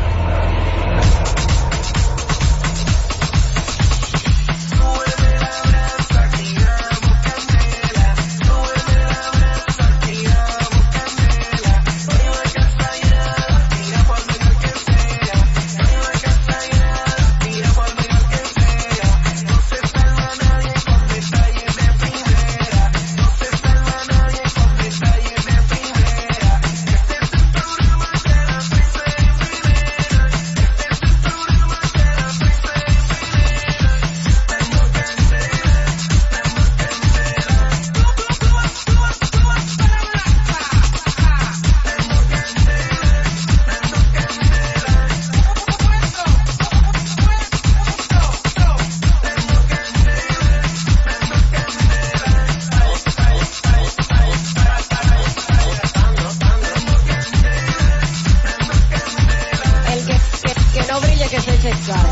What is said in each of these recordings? El que, que- que no brille, que se sexual.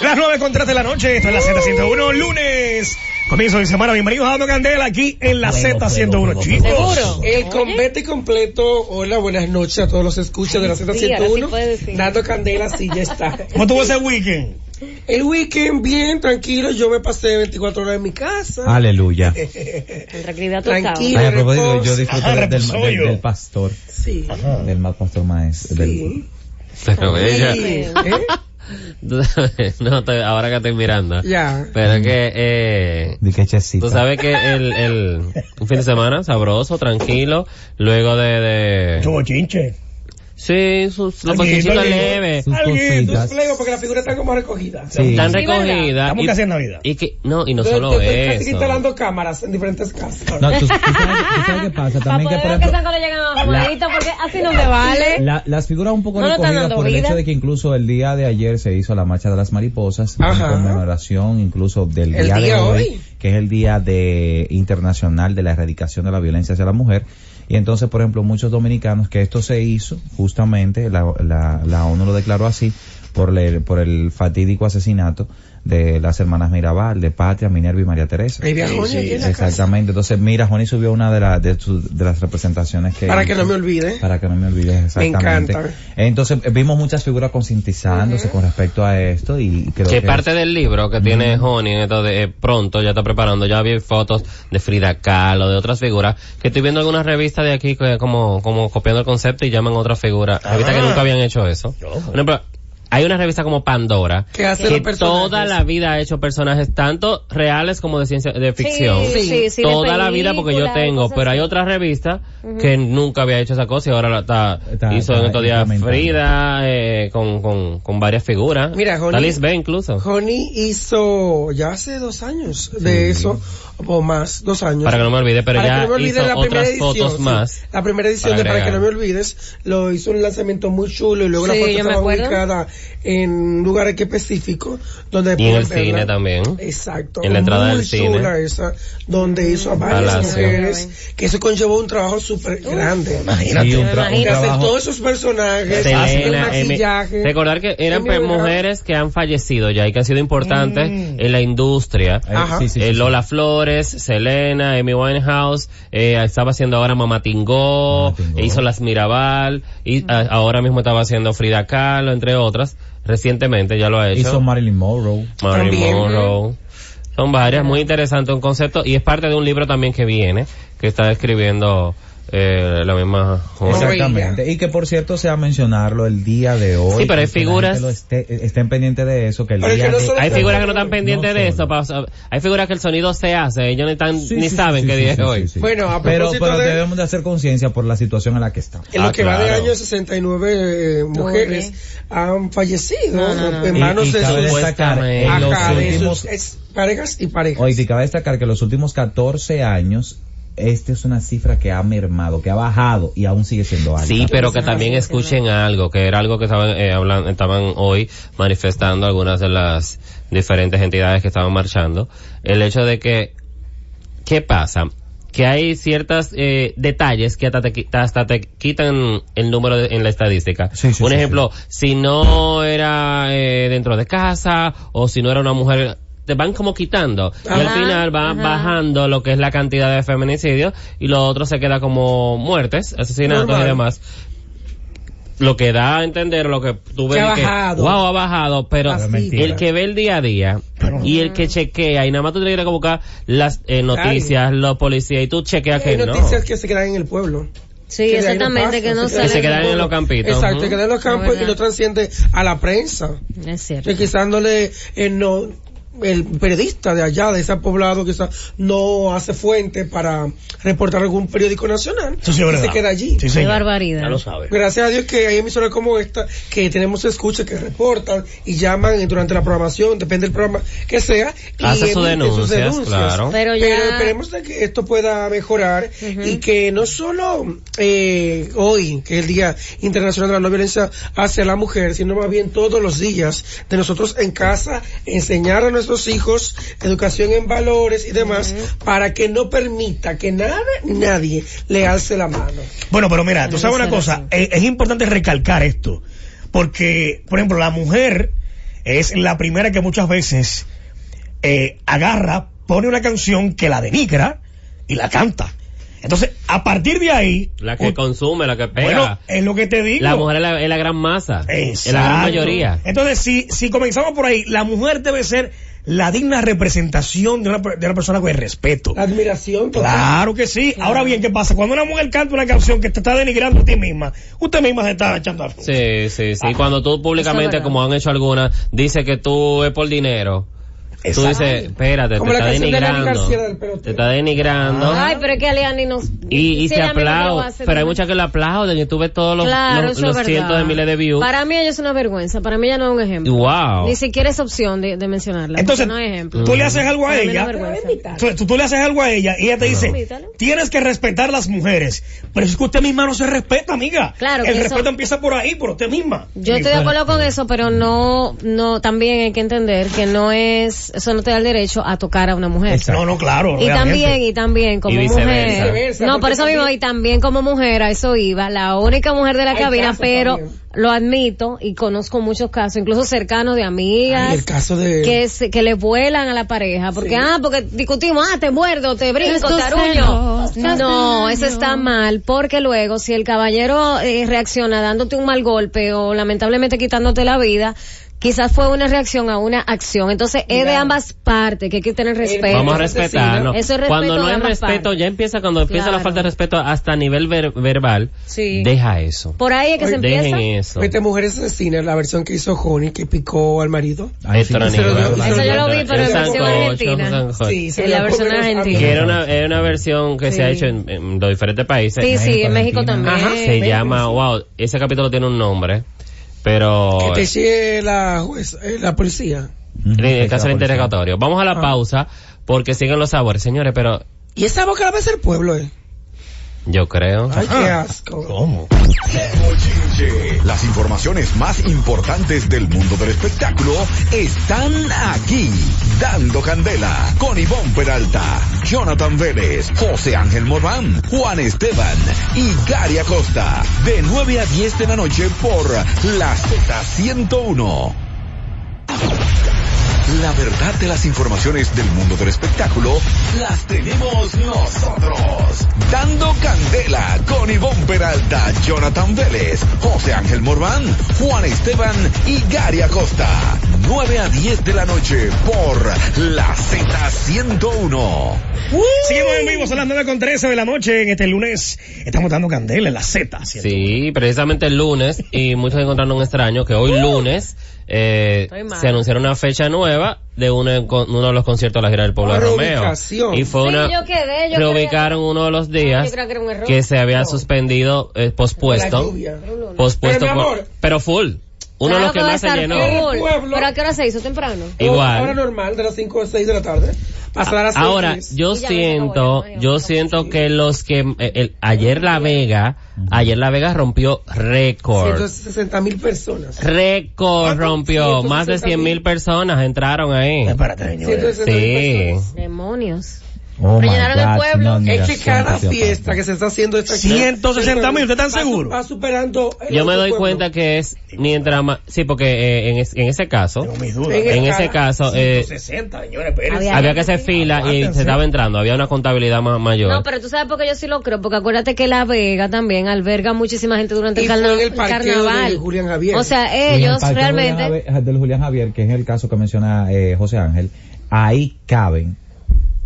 Las 9 con 3 de la noche, esto es la Z101, lunes. Comienzo de semana, bienvenidos a Dando Candela aquí en la Z101, chicos. Seguro. Eh, El combate completo. Hola, buenas noches a todos los escuchas de la Sí, ahora sí puede Z101. decir. Dando candela, sí, ya está. ¿Cómo tuvo ese weekend? El weekend, bien, tranquilo. Yo me pasé 24 horas en mi casa. Aleluya. En realidad tú sabes. Tranquilo. Ay, a propósito, yo Ajá, disfruté del, del, reposollo. del pastor, Sí. Ah, del mal pastor maestro. del- Sí. Pero ella, Sí, ¿eh? tú sabes, no, te- ahora que estoy mirando. Ya. Pero que, eh, de que chesita. tú sabes que el, el, un fin de semana sabroso, tranquilo, luego de, de, Chubo chinche. sí, sus, los Alguito, bolsillitos alguito. leves, Sus Alguien, cositas. Luego, porque la figura está como recogida. Sí. están Sí, recogidas. Estamos Ah, y- casi en Navidad. Y que, no, y no Entonces, solo estoy casi eso. instalando cámaras en diferentes casas. No, tú, tú sabes, tú sabes qué pasa. Para También que, poder ver por que ejemplo, están cuando llegan a Romadito, porque así no se vale. la- las figuras un poco Eh, No le están recogidas dando por el vida. hecho de que incluso el día de ayer se hizo la marcha de las mariposas Ajá. en conmemoración incluso del El día, de día hoy, hoy. que es el día de internacional de la erradicación de la violencia hacia la mujer y entonces por ejemplo muchos dominicanos que esto se hizo justamente la, la, la ONU lo declaró así por el, por el fatídico asesinato de las hermanas Mirabal, de Patria, Minerva y María Teresa. Ahí viajó Sí, aquí en la casa. exactamente. Entonces, mira, Joni subió una de, la- de, su- de las representaciones que... Para que hizo. no me olvide. Para que no me olvides exactamente. encanta. Entonces eh, vimos muchas figuras concientizándose con respecto a esto y creo Que que parte del libro que tiene Honey en esto de, eh, pronto, ya está preparando, ya vi fotos de Frida Kahlo, de otras figuras, que estoy viendo algunas revistas de aquí que como, como copiando el concepto y llaman otras figuras, revistas que nunca habían hecho eso. Por ejemplo, hay una revista como Pandora, ¿Qué hacen los que personajes? toda la vida ha hecho personajes tanto reales como de ciencia, de ficción. Sí, sí, sí, de toda la vida porque yo películas, tengo, cosas pero hay así. otra revista que nunca había hecho esa cosa y ahora la está, Está- hizo está en estos días implementando. Frida, eh, con, con, con varias figuras. Mira, Honey- Alice B incluso. Honey hizo ya hace dos años de eso, o más, dos años. Para que no me olvide, pero Para que ya no me olvide hizo la primera otras edición, fotos sí. más. La primera edición para de Para que no agregar. me olvides lo hizo un lanzamiento muy chulo y luego Sí, la foto yo me estaba acuerdo. ubicada en un lugar aquí específico donde Y en el pueden verla. cine también. Eh, Exacto. En la entrada muy del cine. chula esa, donde hizo a varias Palacio. mujeres, que eso conllevó un trabajo súper grande. Sí, un, tra- un Que hacen trabajo todos esos personajes, hacen el Selena, Emi- maquillaje. recordar que eran Emi pues, Winehouse. mujeres que han fallecido ya y que han sido importantes Mm. en la industria. Eh, Ajá. sí, sí, sí, Eh, sí. Lola Flores, Selena, Amy Winehouse, eh, estaba haciendo ahora Mamá Tingó, Mamá Tingó. eh, hizo Las Mirabal, y a- ahora mismo estaba haciendo Frida Kahlo, entre otras. Recientemente ya lo ha hecho. hizo Marilyn Monroe. Marilyn También. Monroe. Son varias, muy interesante un concepto y es parte de un libro también que viene, que está escribiendo eh, la misma Joni. Exactamente. Y que por cierto sea mencionarlo el día de hoy. Sí, pero hay que la figuras- gente lo esté- eh, estén pendientes de eso, que el Pero es día que no de- solo- Hay figuras que no están pendientes No de eso. solo. pa- hay figuras que el sonido se hace. Ellos ni, tan, Sí, ni sí, saben sí, qué sí, día sí, es hoy. sí, sí. Bueno, a Pero, propósito pero de- debemos de hacer conciencia por la situación en la que estamos. En lo Ah, que va de claro. año 69 eh, mujeres han fallecido No, no, no. en Y- manos y de cabe sus, destacar en Ajá, los acá, de últimos- sus ex parejas y parejas. Oye, sí, cabe destacar que los últimos 14 años, esta es una cifra que ha mermado, que ha bajado y aún sigue siendo alta. Sí, pero que también escuchen algo, que era algo que estaban, eh, hablan- estaban hoy manifestando algunas de las diferentes entidades que estaban marchando. El hecho de que, ¿qué pasa? Que hay ciertos detalles que hasta te, qui- hasta te quitan el número de- en la estadística. Sí, sí, Un sí, ejemplo, si no era eh, dentro de casa o si no era una mujer te van como quitando y al Ajá, final va ajá. bajando lo que es la cantidad de feminicidios y lo otro se queda como muertes, asesinatos Normal. y demás lo que da a entender lo que tú ves Que ha y que, bajado. wow ha bajado pero Así. el que ve el día a día y el que chequea y nada más tú tienes que buscar las eh, noticias los policías y tú chequeas Hay que no noticias que se quedan en el pueblo. Sí, de ahí exactamente, que pasan, no se quedan- salen. quedan en el los pueblo. campitos, Exacto, ujú. se quedan en los campos verdad. y no transciende a la prensa. Es cierto. Que quizás no le, eh, no, el periodista de allá, de ese poblado, quizás no hace fuente para reportar algún periódico nacional. Eso sí es y verdad. se queda allí. Sí, Qué señor. barbaridad. sabes Gracias a Dios que hay emisoras como esta que tenemos escuchas que reportan y llaman durante la programación, depende del programa que sea. Y Hace sus emiten sus denuncias, claro. Pero Pero, ya- esperemos de que esto pueda mejorar y que no solo eh, hoy, que es el Día Internacional de la No Violencia hacia la Mujer, sino más bien todos los días de nosotros en casa, enseñar a nuestros hijos educación en valores y demás, para que no permita que nada, nadie le alce la mano. Bueno, pero mira, tú sabes una cosa, es, es importante recalcar esto, porque, por ejemplo, la mujer es la primera que muchas veces eh, agarra, pone una canción que la denigra y la canta. Entonces, a partir de ahí... la que u- consume la que pega bueno, es lo que te digo. la mujer es la, es la gran masa es la gran Exacto. mayoría Entonces, si, si comenzamos por ahí, la mujer debe ser la digna representación de una, per- de una persona con el respeto. La admiración total. Claro que sí. Ahora bien, ¿qué pasa? Cuando una mujer canta una canción que te está denigrando a ti misma, usted misma se está echando al fondo. sí sí sí Ah, cuando tú públicamente verdad. como han hecho algunas dice que tú es por dinero Tú Exacto. dices, espérate, te Como la está canción de Leonel denigrando. García del Ah, pelotero. Te está denigrando. Ay, pero es que Aliani nos... Y, y si se ella misma lo aplaude, hace, pero hay dime. muchas que lo aplauden y tú ves todos los, Claro, los, eso los es cientos verdad. de miles de views. Para mí ella es una vergüenza, para mí ella no es un Y ejemplo. wow. Ni siquiera es opción de, de mencionarla. Entonces, porque no es ejemplo. tú le haces algo a Para mí no es ella. vergüenza. Tú, tú- tú le haces algo a ella y ella te dice, Invítala. tienes que respetar las mujeres. Pero es que usted misma no se respeta, amiga. Claro que El eso- respeto empieza por ahí, por usted misma. Yo estoy de acuerdo con eso, pero no, no, también hay que entender que no es, eso no te da el derecho a tocar a una mujer. Exacto. No, no, claro. Y obviamente. también, y también como Y viceversa. mujer. Viceversa, No, porque por eso mismo, también- y también como mujer, a eso iba, la única mujer de la Hay cabina, casos pero también. lo admito y conozco muchos casos, incluso cercanos de amigas. Y el caso de... que, se- que le vuelan a la pareja, porque, ah, porque discutimos, ah, te muerdo, te brinco, Estos te aruño. celos nos No, dañan. eso está mal, porque luego si el caballero eh, reacciona dándote un mal golpe o lamentablemente quitándote la vida, quizás fue una reacción a una acción. Entonces, es de ambas partes que hay que tener respeto. Vamos Eso a es respetarnos. asesina. Eso es respeto cuando no de hay ambas respeto, partes. ya empieza, cuando empieza la Claro. falta de respeto hasta a nivel ver- verbal, Sí. deja eso. Por ahí es que se Dejen empieza. eso. Vete Mujeres Asesinas, la versión que hizo Joni, que picó al marido. Ay, sí, Esto no sí, es Eso sí, ninguna- yo- eso yo lo vi, pero Un en versión sancocho, argentina. un sancocho. se en la la versión pongo en los argentina. Que amigos. era una, era una versión que se ha Sí. hecho en, en los diferentes países. Sí, sí, en México México, también. Argentina. Ajá, Se llama, wow, ese capítulo tiene un nombre, pero... Que te sigue la, juez- eh, la policía. Ujú, En el está caso del por eso. interrogatorio. Vamos a Ah. la pausa porque siguen los sabores, señores, pero Y esa boca la va a hacer pueblo, eh. yo creo. Ay, qué asco. ¿Cómo? Bochinche. Las informaciones más importantes del mundo del espectáculo están aquí. Dando Candela con Ivonne Peralta, Jonathan Vélez, José Ángel Morán, Juan Esteban y Gary Acosta. De 9 a 10 de la noche por La Z101. La verdad de las informaciones del mundo del espectáculo las tenemos nosotros. Dando Candela con Ivonne Peralta, Jonathan Vélez, José Ángel Morván, Juan Esteban y Gary Acosta. 9 a 10 de la noche por la Z101. Seguimos en vivo, son las 9 con 13 de la noche en este lunes. Estamos dando candela en la Z. ¿cierto? Sí, precisamente el lunes, y muchos encontraron un extraño, que hoy lunes eh, ¡Uh! Estoy mal. se anunciaron una fecha nueva de uno, de con- uno de los conciertos de la gira del pueblo de Romeo. Reubicación. Y fue Sí, una... yo quedé, yo quedé. Ah, reubicaron uno de los Yo días creo que era un error. que se había suspendido, eh, La pospuesto. lluvia. Pospuesto Pero, mi por- amor. pero full. Uno de Claro los que va a más se estar llenó. full. Pueblo. ¿Pero a qué hora se hizo? ¿Temprano? Igual. Ah, Ahora normal, de las 5 a 6 de la tarde. Hasta las 6. Ahora, yo Y ya me acabó, siento, ya me acabó. yo siento que los que, eh, el- ayer La Vega, ayer La Vega rompió récord. 160 mil personas. Récord rompió. Más de 100 mil personas entraron ahí. Espérate, señores. 160 mil Sí. personas. Demonios. Oh my Rellenaron el God, pueblo. no, mira, Es que cada santo Dios fiesta que se está haciendo esta 160.000, ¿ustedes están Va su- seguros? Va superando. el Yo me otro doy pueblo. cuenta que es mientras más, sí, porque eh, en, es- en ese caso, Tengo mis dudas. En en ese escala, caso, eh, 160, señores, espérense. Había- había que hacer fila y se estaba entrando, había una contabilidad más mayor. No, pero tú sabes por qué yo sí lo creo, porque acuérdate que La Vega también alberga muchísima gente durante Y el, carna- fue en el parqueo carnaval. de Julián Javier. O sea, Y en el ellos parque de Julián realmente... Javier- del Julián Javier, que es el caso que menciona eh, José Ángel, ahí caben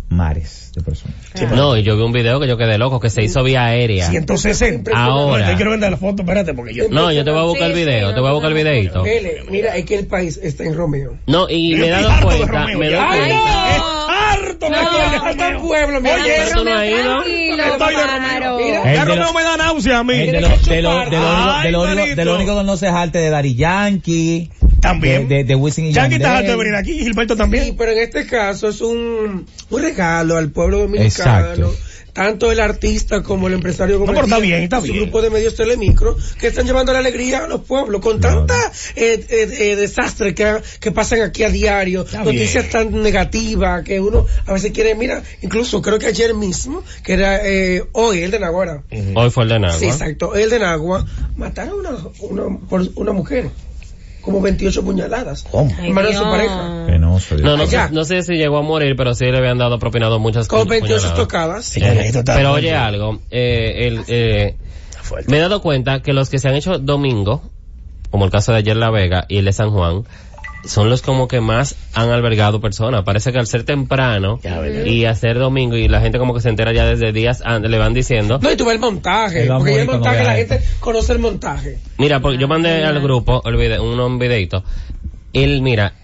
mares de personas. No, y yo vi un video que yo quedé loco, que se hizo vía aérea. 160. Ahora. No, yo quiero ver la foto, espérate, porque yo... No, yo te voy a buscar el Sí, sí, video, no, te voy a buscar el no, no, videito. Vele, mira, es que el país está en Romeo. No, y Yo me he estoy dado harto de cuenta, Romeo, me he ya. dado ¡Ay, cuenta. no! ¡Harto me estoy de Hasta el Romeo! pueblo, mira. Oye, Pero eso no ha ido. tranquilo, Estoy de Amaro. Mira, El Ya de Romeo lo- me da náusea a mí. El de lo, de lo- de lo único- de lo único, de lo único que no se jalte de Dari Yankee. También. De, de, de Wisin y Yankee está Yandel. harto de venir aquí, Gilberto Sí, también. pero en este caso es un, un regalo al pueblo dominicano. Exacto. Tanto el artista como el empresario como No, pero está bien, está su bien. grupo de medios telemicro que están llevando la alegría a los pueblos con tanta eh, eh, eh, desastre que, que pasan aquí a diario, noticias tan negativas que uno a veces quiere, mira, incluso creo que ayer mismo, que era eh, hoy, el de Naguara. Eh, Hoy fue el de Nagua. Sí, exacto, el de Nagua, mataron a una, una, por una mujer, como 28 puñaladas, ¿Cómo? Ay, en manos de su Dios. pareja. Penoso, Dios. No, no, Allá. sé- no sé si llegó a morir, pero sí le habían dado propinado muchas Con pu- 28 puñaladas. tocadas. Eh, pero oye algo, eh, el, eh, me he dado cuenta que los que se han hecho domingo, como el caso de ayer La Vega y el de San Juan, son los como que más han albergado personas. Parece que al ser temprano y hacer domingo y la gente como que se entera ya desde días antes, le van diciendo, No, y tú ves el montaje. El porque ya el amorito no montaje, vea la esto. gente conoce el montaje. Mira, porque yo mandé al grupo el vide- un videito. Él, mira,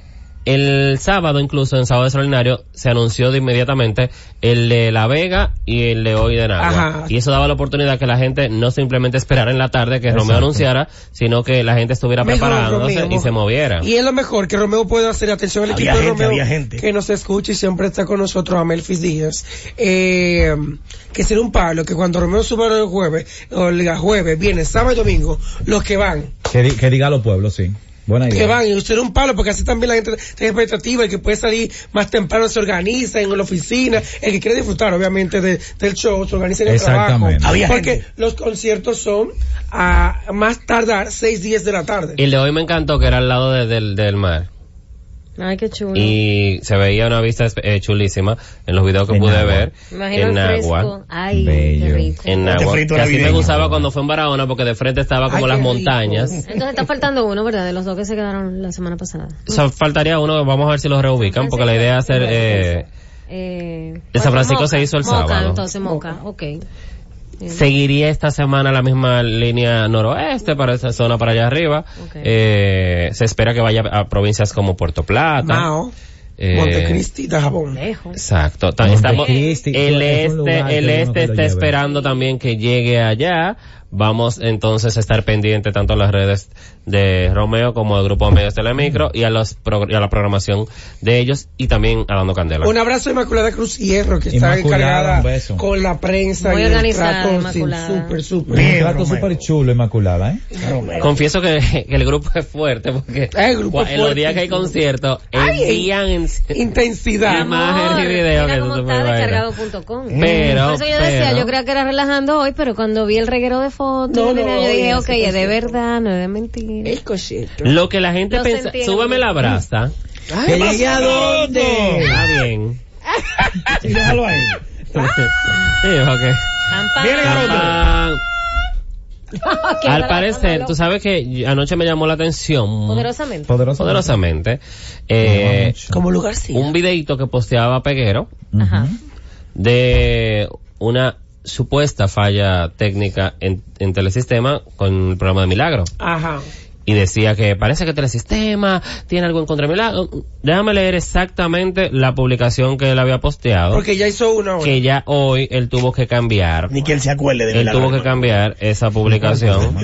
el sábado incluso, en sábado extraordinario, se anunció de inmediatamente el de La Vega y el de hoy de Ajá. Nagua. Y eso daba la oportunidad que la gente no simplemente esperara en la tarde que Romeo Exacto. anunciara, sino que la gente estuviera Mejor preparándose Romeo. y se moviera. Y es lo mejor que Romeo puede hacer. Atención al Había equipo gente, de Romeo. había gente. Que nos escucha y siempre está con nosotros, a Melfis Díaz. Eh, que será un palo que cuando Romeo suba el jueves, o el jueves, viene sábado y domingo, los que van, Que, di- que diga a los pueblos, sí. Buena idea. que van, y será un palo porque así también la gente tiene expectativa. El que puede salir más temprano se organiza en la oficina. El que quiere disfrutar, obviamente, de- del show, se organiza en el trabajo. Exactamente. Había porque gente. los conciertos son a más tardar 6, 10 de la tarde. Eh, Y el de hoy me encantó que era al lado de- del, del mar. Ay, qué chulo. Y se veía una vista eh, chulísima en los videos que En pude Nagua. ver. Imagino en el Nagua. fresco. Ay, qué Bello. rico. en Ponte Nagua. frito Que así me navideño. gustaba cuando fue en Barahona porque de frente estaba como Ay, las qué rico. montañas. Entonces está faltando uno, ¿verdad? De los dos que se quedaron la semana pasada. O sea, faltaría uno, vamos a ver si los reubican porque la idea es hacer... Eh, Eh, De bueno, San Francisco se hizo el Moca, sábado. entonces Moca, ok. seguiría esta semana la misma línea noroeste para esa zona para allá arriba. Ok. Eh, se espera que vaya a provincias como Puerto Plata. Mao, eh, Montecristi, Dajabón. Lejos. Exacto. Ta- Monte estamos- Cristi, el es un lugar este, que el uno que este lo está lleve. esperando también que llegue allá. Vamos entonces a estar pendiente tanto a las redes de Romeo como al grupo de medios Telemicro y a los progr- y a la programación de ellos y también a Dando Candela. Un abrazo a Inmaculada Cruz Hierro, que está Inmaculada, un beso. encargada con la prensa Muy y el organizada, trato. Sí, Inmaculada. súper, súper. Un Bien, trato Romeo. súper chulo, Inmaculada, ¿eh? Confieso que, que el grupo es fuerte porque Ah, el grupo cua- es en los fuerte. días que hay conciertos envían en- Intensidad. Mamá. Imágenes y videos mira que cómo tú te está puedes descargado.com. Pero, Por eso yo decía, pero- yo creía que era relajando hoy, pero cuando vi el reguero de fotos, No, no, yo hoy dije, es ok, es de verdad, no es de mentira. Es concierto. lo que la gente Lo piensa, sentí en súbeme el- la brasa. ¿Que llegue a dónde? Está bien. Y déjalo ahí. Sí, ok. Campana. Viene garoto. Pan, pan. Al parecer, tú sabes que anoche me llamó la atención. Poderosamente. Poderoso. Poderosamente. eh, Como lugar sí. un videito que posteaba Peguero Ujú. Ajá. de una supuesta falla técnica en, en Telesistema con el programa de Milagro. Ajá. Y decía que parece que Telesistema tiene algo en contra de Milagro. Déjame leer exactamente la publicación que él había Oh. posteado. Porque ya hizo una hora. que ya hoy él tuvo que cambiar. Ni que él se acuerde de Él Milagro, tuvo que hermano. cambiar esa publicación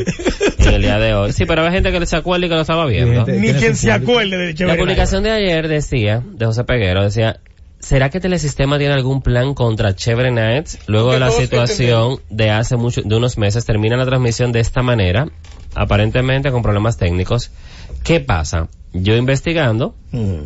en el día de hoy. Sí, pero había gente que le sacó y que lo estaba viendo. Gente- Ni Tiene quien su se público. acuerde de La Echeverría publicación de ayer decía, de José Peguero, decía, ¿será que Telesistema tiene algún plan contra Chevre Nights? Luego de la Porque todos situación de hace mucho, de unos meses, termina la transmisión de esta manera, aparentemente con problemas técnicos. ¿Qué pasa? Yo investigando, Mm.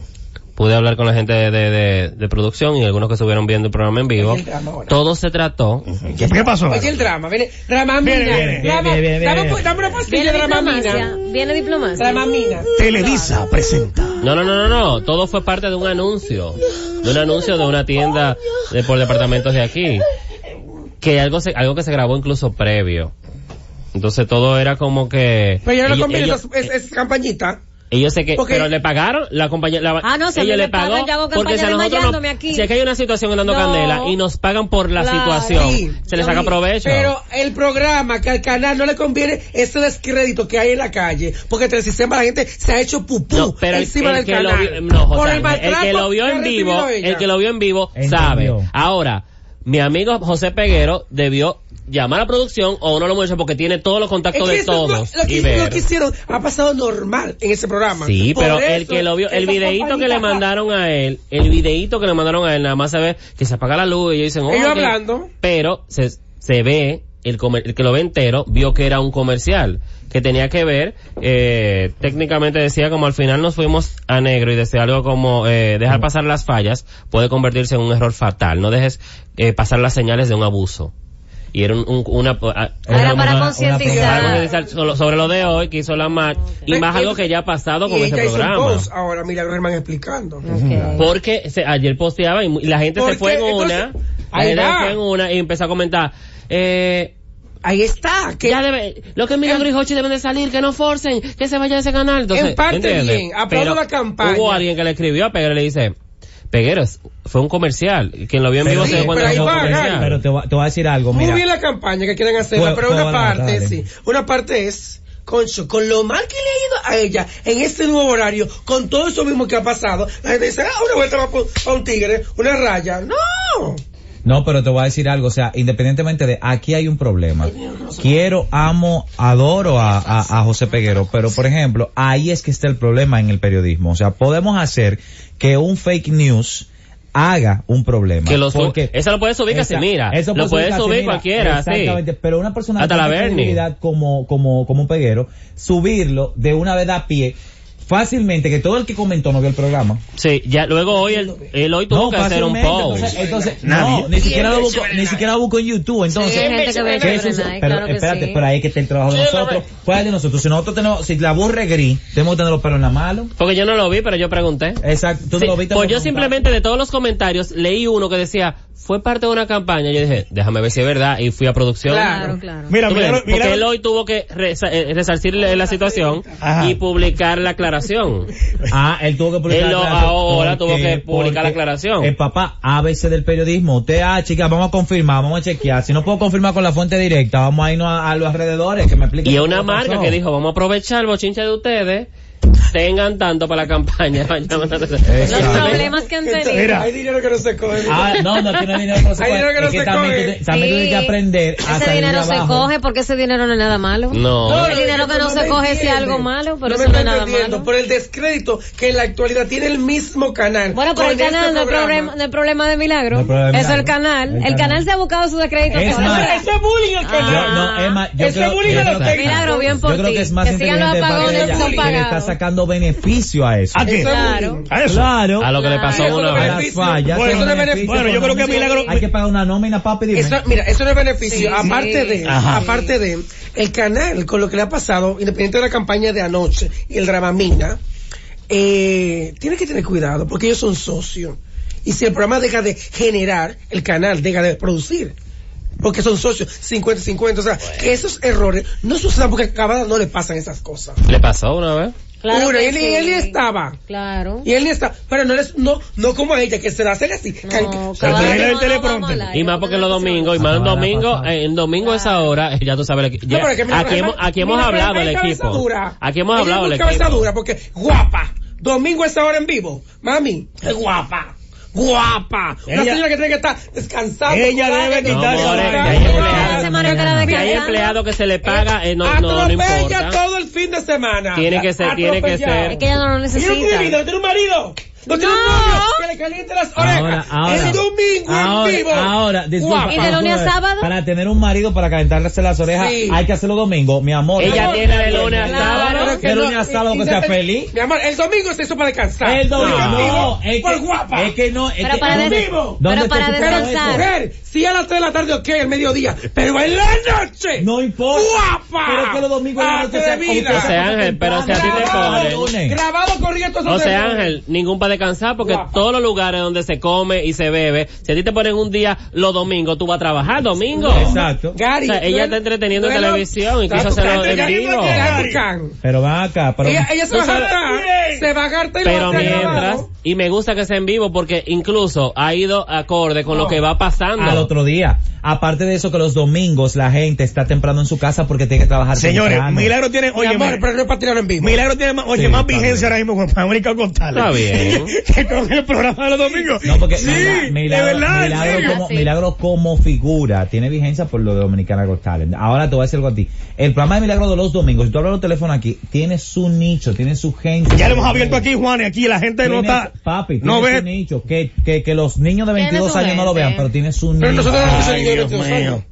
pude hablar con la gente de, de- de- de producción y algunos que estuvieron viendo el programa en vivo. Oye, el drama ahora. Todo se trató ¿Qué, qué pasó? Oye, el drama. Viene, Ramamina. Viene, viene, Rama- viene, viene, dame, viene. pu- dame una pastilla Viene de Ramamina. diplomacia. Viene diplomacia. Ramamina. Televisa presenta. No, no, no, no, no. Todo fue parte de un anuncio. De un anuncio de una tienda de, por departamentos de aquí. Que algo se, algo que se grabó incluso previo. Entonces todo era como que... Pero ya no le ellos- conviene ellos- esas- es, es campañita. ellos sé que, Porque- pero le pagaron la compañía, la, Ah, no, si a ella mí me le pagó, pagan, yo hago porque si campaña a nosotros no- desmayándome aquí. si es que hay una situación dando No. candela y nos pagan por la Claro. situación, Sí, se le yo saca vi, provecho. Pero el programa, que al canal no le conviene ese descrédito que hay en la calle, porque entre el sistema la gente se ha hecho pupú No, pero el, encima el del que canal. Lo vi- no, José por el Ángel, maltrato el que lo vio que ha en vivo, recibido ella. el que lo vio en vivo Entendió. sabe. Ahora, mi amigo José Peguero debió llamar a producción o uno lo muestra porque tiene todos los Es contactos que de eso no- todos Lo que, y hicieron- ver. lo que hicieron ha pasado normal en ese programa. Sí, Por pero el eso, que lo vio, el esa videíto que le compañía- mandaron a él, el videíto que le mandaron a él, nada más se ve que se apaga la luz y ellos dicen, oh, Ellos ok. hablando. Pero se, se ve, el, comer- el que lo ve entero, vio que era un comercial, que tenía que ver, eh, técnicamente decía como al final nos fuimos a negro y decía algo como, eh, dejar pasar las fallas puede convertirse en un error fatal, no dejes eh, pasar las señales de un abuso. Y era un, un- una, ah, a- Era para una- una- para concientizar. concientizar sobre sobre lo de hoy que hizo la mar y más algo que ya ha pasado con Pues, y ese ella hizo un programa. post ahora, Milagro Germán explicando. Ok. Porque se- ayer posteaba y mu- y la gente se Porque, fue en entonces, una, la ahí gente se va. fue en una y empezó a comentar, eh, Ahí está. Que ya debe, lo que Milagro y Hochi deben de salir, que no forcen, que se vaya de ese canal. Entonces, En parte ¿entiendes? bien, aplaudo Pero la campaña. Hubo alguien que le escribió a Peguero y le dice, Peguero, es- fue un comercial, y quien lo vio en Pero vivo sí, se dio cuenta pero que fue ahí un va, comercial. Claro. Pero te, voy a- te voy a decir algo, Muy mira. bien la campaña que quieren hacerla, Fue- pero fue una buena, parte, dale. sí. Una parte es, concho, con lo mal que le ha ido a ella en este nuevo horario, con todo eso mismo que ha pasado, la gente dice, ah, una vuelta más por- a un tigre, una raya. ¡No! No, pero te voy a decir algo, o sea, independientemente de, aquí hay un problema. Quiero, amo, adoro a, a- a José Peguero, pero por ejemplo, ahí es que está el problema en el periodismo. O sea, podemos hacer que un fake news haga un problema. Que los Porque- eso lo puedes subir casi Esa- Pues mira, eso lo puedes casi subir mira, cualquiera, sí. Exactamente, pero una persona Hasta la tanta Bernie. credibilidad como, como, como un peguero, subirlo de una vez a pie, fácilmente, que todo el que comentó no vio el programa. Sí, ya luego hoy él, él hoy tuvo No, que hacer un fácilmente, post. entonces, eh, entonces, Nadie. no, ni siquiera lo busco, ni siquiera lo busco en YouTube, entonces. Sí, hay gente que ve ¿Qué Chevrolet, sucede? claro pero que espérate, sí. pero ahí es que está el trabajo de nosotros. ¿Cuál es de nosotros? Si nosotros tenemos, si la burra es gris, tenemos que tener los pelos en la mano. Porque yo no lo vi, pero yo pregunté. Exacto. eh, Tú no Sí, lo viste pues por yo contar. simplemente de todos los comentarios leí uno que decía, fue parte de una campaña. Yo dije, déjame ver si es verdad. Y fui a producción. Claro, claro. Mira, Tú ves, Milagro, porque él Milagro- hoy tuvo que resa- eh, resarcir la, la situación Ajá. y publicar la aclaración. Ah, él tuvo que publicar Él lo- la aclaración. ahora tuvo que publicar porque la aclaración. El papá ABC del periodismo. Usted, ah, chicas, vamos a confirmar, vamos a chequear. Si no puedo confirmar con la fuente directa, vamos a irnos a, a los alrededores que me expliquen. Y es cómo una pasó. marca que dijo, vamos a aprovechar el bochinche de ustedes. Tengan tanto para la campaña. Los Exacto. problemas que han Entonces, tenido. Mira. hay dinero que no se coge. Ah, no, no, que no hay dinero que no se Hay coge. dinero que no Es se también coge. tú te- también tú tienes que aprender a ese salir de dinero se abajo. coge porque ese dinero no es nada malo. No. El dinero que no me se coge si es entiende. algo malo, pero eso no me es está nada entendiendo, malo. Por el descrédito que en la actualidad tiene el mismo canal. Bueno, pero con el canal este no es, problema, no es problema de milagro. No es problema de Eso es el milagro. canal. El El, canal. canal se ha buscado sus descréditos. Es por más, eso. Eso es Ah, bullying Ah. al Yo, canal. no, Emma, yo Ese creo, bullying yo a los creo que- técnicos. Milagro, bien por yo creo ti. que es más Que sigan los inteligente para apagones ella, que son que le está pagados. sacando beneficio a eso. ¿A qué? Claro. A eso. Claro. A lo que le pasó Claro. una A vez. las beneficio. fallas, Bueno, son los eso de beneficios bueno, yo creo que económicos. Milagro- Hay que pagar una nómina, papi, dime. Eso, mira, eso no es beneficio. Sí, aparte sí. de, Ajá. aparte de, el canal, con lo que le ha pasado, independiente de la campaña de anoche y el Dramamina, eh, tiene que tener cuidado porque ellos son socios. Y si el programa deja de generar, el canal deja de producir. porque son socios 50-50. O sea, que esos errores no sucedan porque a Cavada no le pasan esas cosas. ¿Le pasó una vez? Claro Una, que él, sí. él estaba. Claro. Y él está, pero no les, no, no como a ella, que se la hacen así. can- Pero Cavada, tenía el no, no, teleprompter. vamos al aire, Y más porque los no domingos, y más el Acabada domingo, pasada. eh, el domingo a esa hora, eh, ya tú sabes, el equi- No, ya- pero es que mira, aquí hemos, mira, aquí hemos mira, hablado mira, del mira, cabeza equipo. dura. Aquí hemos Ella hablado es del muy cabeza equipo. dura porque guapa. Domingo es ahora en vivo. Mami, Eh. es guapa. Guapa. Una Ella- señora que tiene que estar descansando. Ella jugando, debe que- No, quitarse more, la- que Ah, hay ah, empleados- Cada semana que la que hay descansando. empleados que se le paga, eh, no, no, no Atropella importa. todo el fin de semana. Tiene que ser, tiene que Atropellado. ser. Es que ella no lo Ella no tiene vida, necesita. no tiene un marido. No tiene un No. novio que le caliente las Ahora, orejas. ahora. el domingo ahora, en vivo. Ahora, disculpa. Guapa. Y de lunes a disculpa, sábado. Para tener un marido para calentarse las orejas, Sí. hay que hacerlo domingo, mi amor. Ella Claro, tiene de lunes a claro. sábado. Claro que De no. lunes a sábado que Y- y sea se- feliz. Mi amor, el domingo se hizo para descansar. El domingo. Porque en vivo, No, es por que, guapa. es que no, es Pero que- para, en des- vivo. ¿Dónde pero está para tu cara de descansar. Mujer, si a las 3 de la tarde, ok, el mediodía, pero en la noche. No importa. ¡Guapa! Pero es que los domingos en la noche Atrevida. se- usted O sea, Ángel, pero si a ti te Grabado, ponen. lunes. Grabado corriendo todos O esos sea, errores. Ángel, ningún para descansar porque Guapa. todos los lugares donde se come y se bebe, si a ti te ponen un día los domingos, tú vas a trabajar domingo. Exacto. Gary, O sea, ella no está es- entreteniendo no es en lo- televisión y Está quiso hacerlo tocando, en ya no vivo. es Gary Tucán. Pero van acá, pero. Ella, ella se va a hartar, se va a hartar y lo Pero va a hacer mientras, grabado. y me gusta que sea en vivo porque incluso ha ido acorde con lo que va al pasando. otro día. Aparte de eso, que los domingos la gente está temprano en su casa porque tiene que trabajar Señores, temprano. Milagro tiene, Mi oye, amor, mira, pero no es para tirarlo en vivo. Milagro tiene más, oye, Sí, más está vigencia ahora mismo con América González. Está bien. que con el programa de los domingos. No, porque sí, Mila- Milagro, de verdad, en Milagro serio. como, Ah, sí. Milagro como figura tiene vigencia por lo de Dominicana Got Talent. Ahora te voy a decir algo a ti. El programa de Milagro de los Domingos, si tú hablas los teléfonos aquí, tiene su nicho, tiene su gente. Ya lo hemos abierto aquí, Juan, y aquí la gente no Tiene está. su- Papi, no tiene ve. su nicho. Que, que, que los niños de Tiene 22 su años no lo gente. vean, pero tiene su Pero nicho. nosotros no somos Ay, niños de Dios 22 años. mío.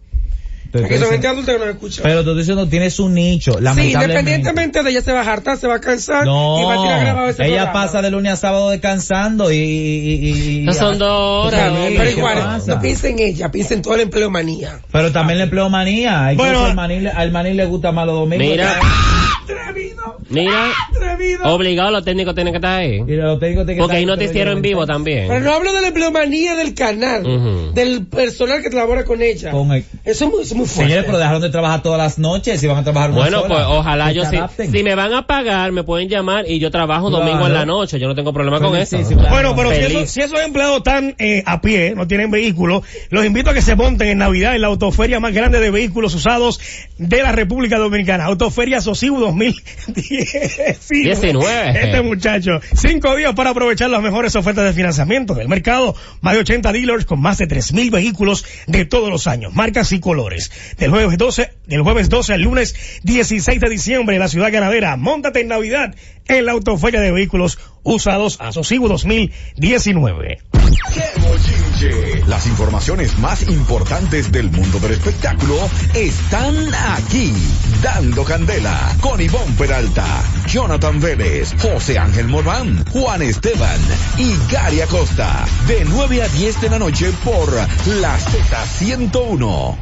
Te estoy Aquí son gente diciendo- adulta que nos escucha. pero te estoy diciendo, tiene su nicho, Sí, lamentablemente. independientemente de ella se va a hartar, se va a cansar y va a tirar grabado No, ese ella programa. pasa de lunes a sábado descansando y... y, y- y- No son y- dos horas, Sí, Pero ¿qué igual, pasa? no piensa en ella, piensa en toda la empleomanía. Pero también la empleomanía. Hay Ah. Bueno, cosas, al, manín, le- al manín le gusta más los domingos. Mira, Atrevido, mira, atrevido. obligado los técnicos tienen que estar ahí. Y los técnicos tienen que Porque estar hay ahí, noticiero pero en vivo yo- Pero también. no hablo de la empleomanía del canal, Ujú. del personal que labora con ella. Con el- Pues, Eso es muy, es muy fuerte. Señores, pero dejaron de trabajar todas las noches y van a trabajar una eh. Bueno, sola. pues ojalá Que yo se sí. adapten. Si me van a pagar, me pueden llamar y yo trabajo Claro. domingo en la noche. Yo no tengo problema con eso. Felicísimo. Bueno, pues, pero si, Feliz. eso- si esos empleados están eh, a pie, no tienen vehículo, los invito a que se monten en Navidad en la autoferia más grande de vehículos usados de la República Dominicana. Autoferia Sosiu 2010. 19. Este muchacho. Cinco días para aprovechar las mejores ofertas de financiamiento del mercado. Más de 80 dealers con más de 3.000 vehículos de todos los años, marcas y colores. Del jueves 12, del jueves 12 al lunes 16 de diciembre en la ciudad ganadera. Móntate en Navidad en la autoferia de vehículos usados a Sosiu 2019. ¡Qué bochinche! Las informaciones más importantes del mundo del espectáculo están aquí. Dando Candela con Ivonne Peralta, Jonathan Vélez, José Ángel Morván, Juan Esteban y Gary Acosta. De 9 a 10 de la noche por La Z101.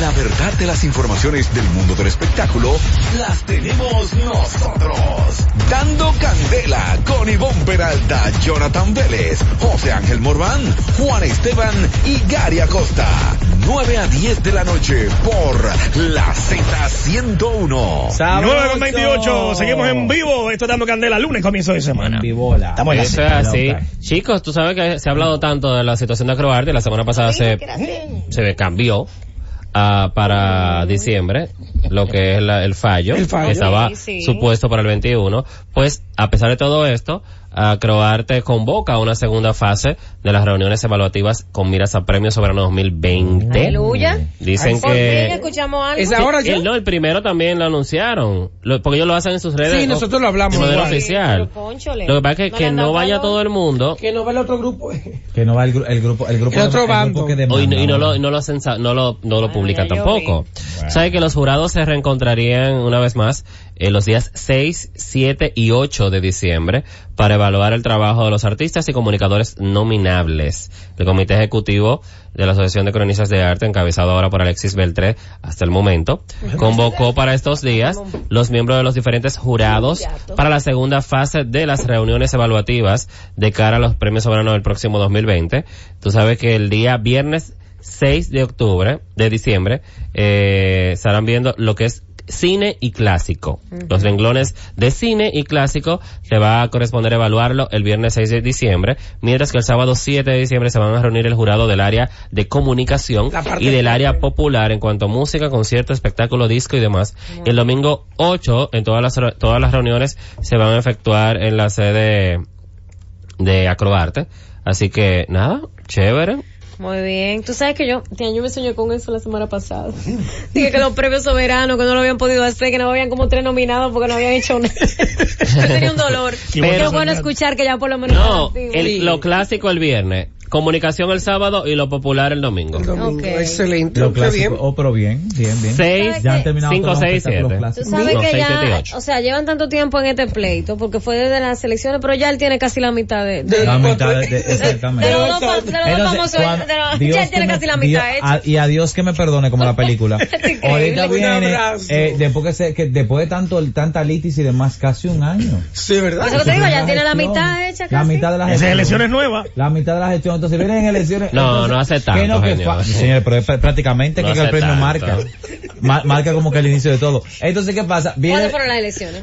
La verdad de las informaciones del mundo del espectáculo las tenemos nosotros. Dando candela con Ivonne Peralta, Jonathan Vélez, José Ángel Morván, Juan Esteban y Gary Acosta. 9 a 10 de la noche por la Z101. Sabroso. 9 con 28, seguimos en vivo. Esto es dando candela lunes, comienzo de semana. En vivola. Estamos en la Eso es Pelota. así. Chicos, tú sabes que se ha Mm. hablado tanto de la situación de Acroarte. La semana pasada se, se cambió ah, para diciembre, lo que es la- el, fallo, El fallo. que estaba Sí, sí. supuesto para el 21. Pues, a pesar de todo esto, Acroarte convoca una segunda fase de las reuniones evaluativas con miras a premios soberano 2020. Aleluya. Dicen Por fin que... escuchamos algo. Es ahora Sí, yo. el- no, el primero también lo anunciaron, Lo- porque ellos lo hacen en sus redes. Sí, nosotros lo hablamos oh, De manera igual. oficial. Sí, pero cónchale. Lo que pasa es que, No que le han no dado vaya valor. todo el mundo Que no va el otro grupo. eh. Que no va el, gru- el grupo, el grupo, El otro grupo bando. que demanda. O y, no- y no lo, no lo, sensa- no lo, no lo publican ya yo tampoco. Sabe que los jurados se reencontrarían una vez más en los días 6, 7 y 8 de diciembre para evaluar el trabajo de los artistas y comunicadores nominables. El comité ejecutivo de la Asociación de Cronistas de Arte, encabezado ahora por Alexis Beltré hasta el momento, convocó para estos días los miembros de los diferentes jurados para la segunda fase de las reuniones evaluativas de cara a los premios soberanos del próximo 2020. Tú sabes que el día viernes 6 de octubre, de diciembre, eh, estarán viendo lo que es cine y clásico. Los renglones de cine y clásico le va a corresponder evaluarlo el viernes 6 de diciembre, mientras que el sábado 7 de diciembre se van a reunir el jurado del área de comunicación La parte y del de- área popular en cuanto a música, concierto, espectáculo, disco y demás. Y el domingo 8, en todas las, re- todas las reuniones se van a efectuar en la sede de Acroarte. Así que nada, chévere. Muy bien. Tú sabes que yo, tía, yo me soñé con eso la semana pasada. Dije que los premios soberanos, que no lo habían podido hacer, que no habían como tres nominados porque no habían hecho nada. Yo tenía un dolor. Y Pero, bueno, es bueno soñar. escuchar que ya por lo menos... No, Sí. el- lo clásico el viernes, comunicación el sábado y lo popular el domingo. El domingo. Ok. Excelente. Lo Qué clásico, bien. oh, pero bien, bien, bien. Seis, Ya han terminado cinco, todos los seis, espectáculos siete. Tú clásicos. sabes No, que seis, siete y ya, ocho. o sea, llevan tanto tiempo en este pleito, porque fue desde las elecciones, pero ya él tiene casi la mitad de... de- De- La mitad de- Cuatro- de- exactamente. de los dos fam- de los dos Entonces, famosos, cuando- de los- Dios ya él tiene que me- casi la Dios- mitad hecha. a- y a Dios que me perdone, como la película. Ahorita Un viene, abrazo. eh, después, que se- que después de tanto, tanta litis y demás, casi un año. Sí, Por eso ¿verdad? que te digo, ya La tiene la gestión, mitad hecha La casi. mitad de las Esas elecciones nuevas. La mitad de la gestión. Entonces, si vienen elecciones. No, entonces, no hace ¿qué tanto, que genio. fa- señor, pero es pr- prácticamente No que el hace premio tanto. marca. Ma- marca como que el inicio de todo. Entonces, ¿qué pasa? Viene ¿Cuándo fueron las elecciones?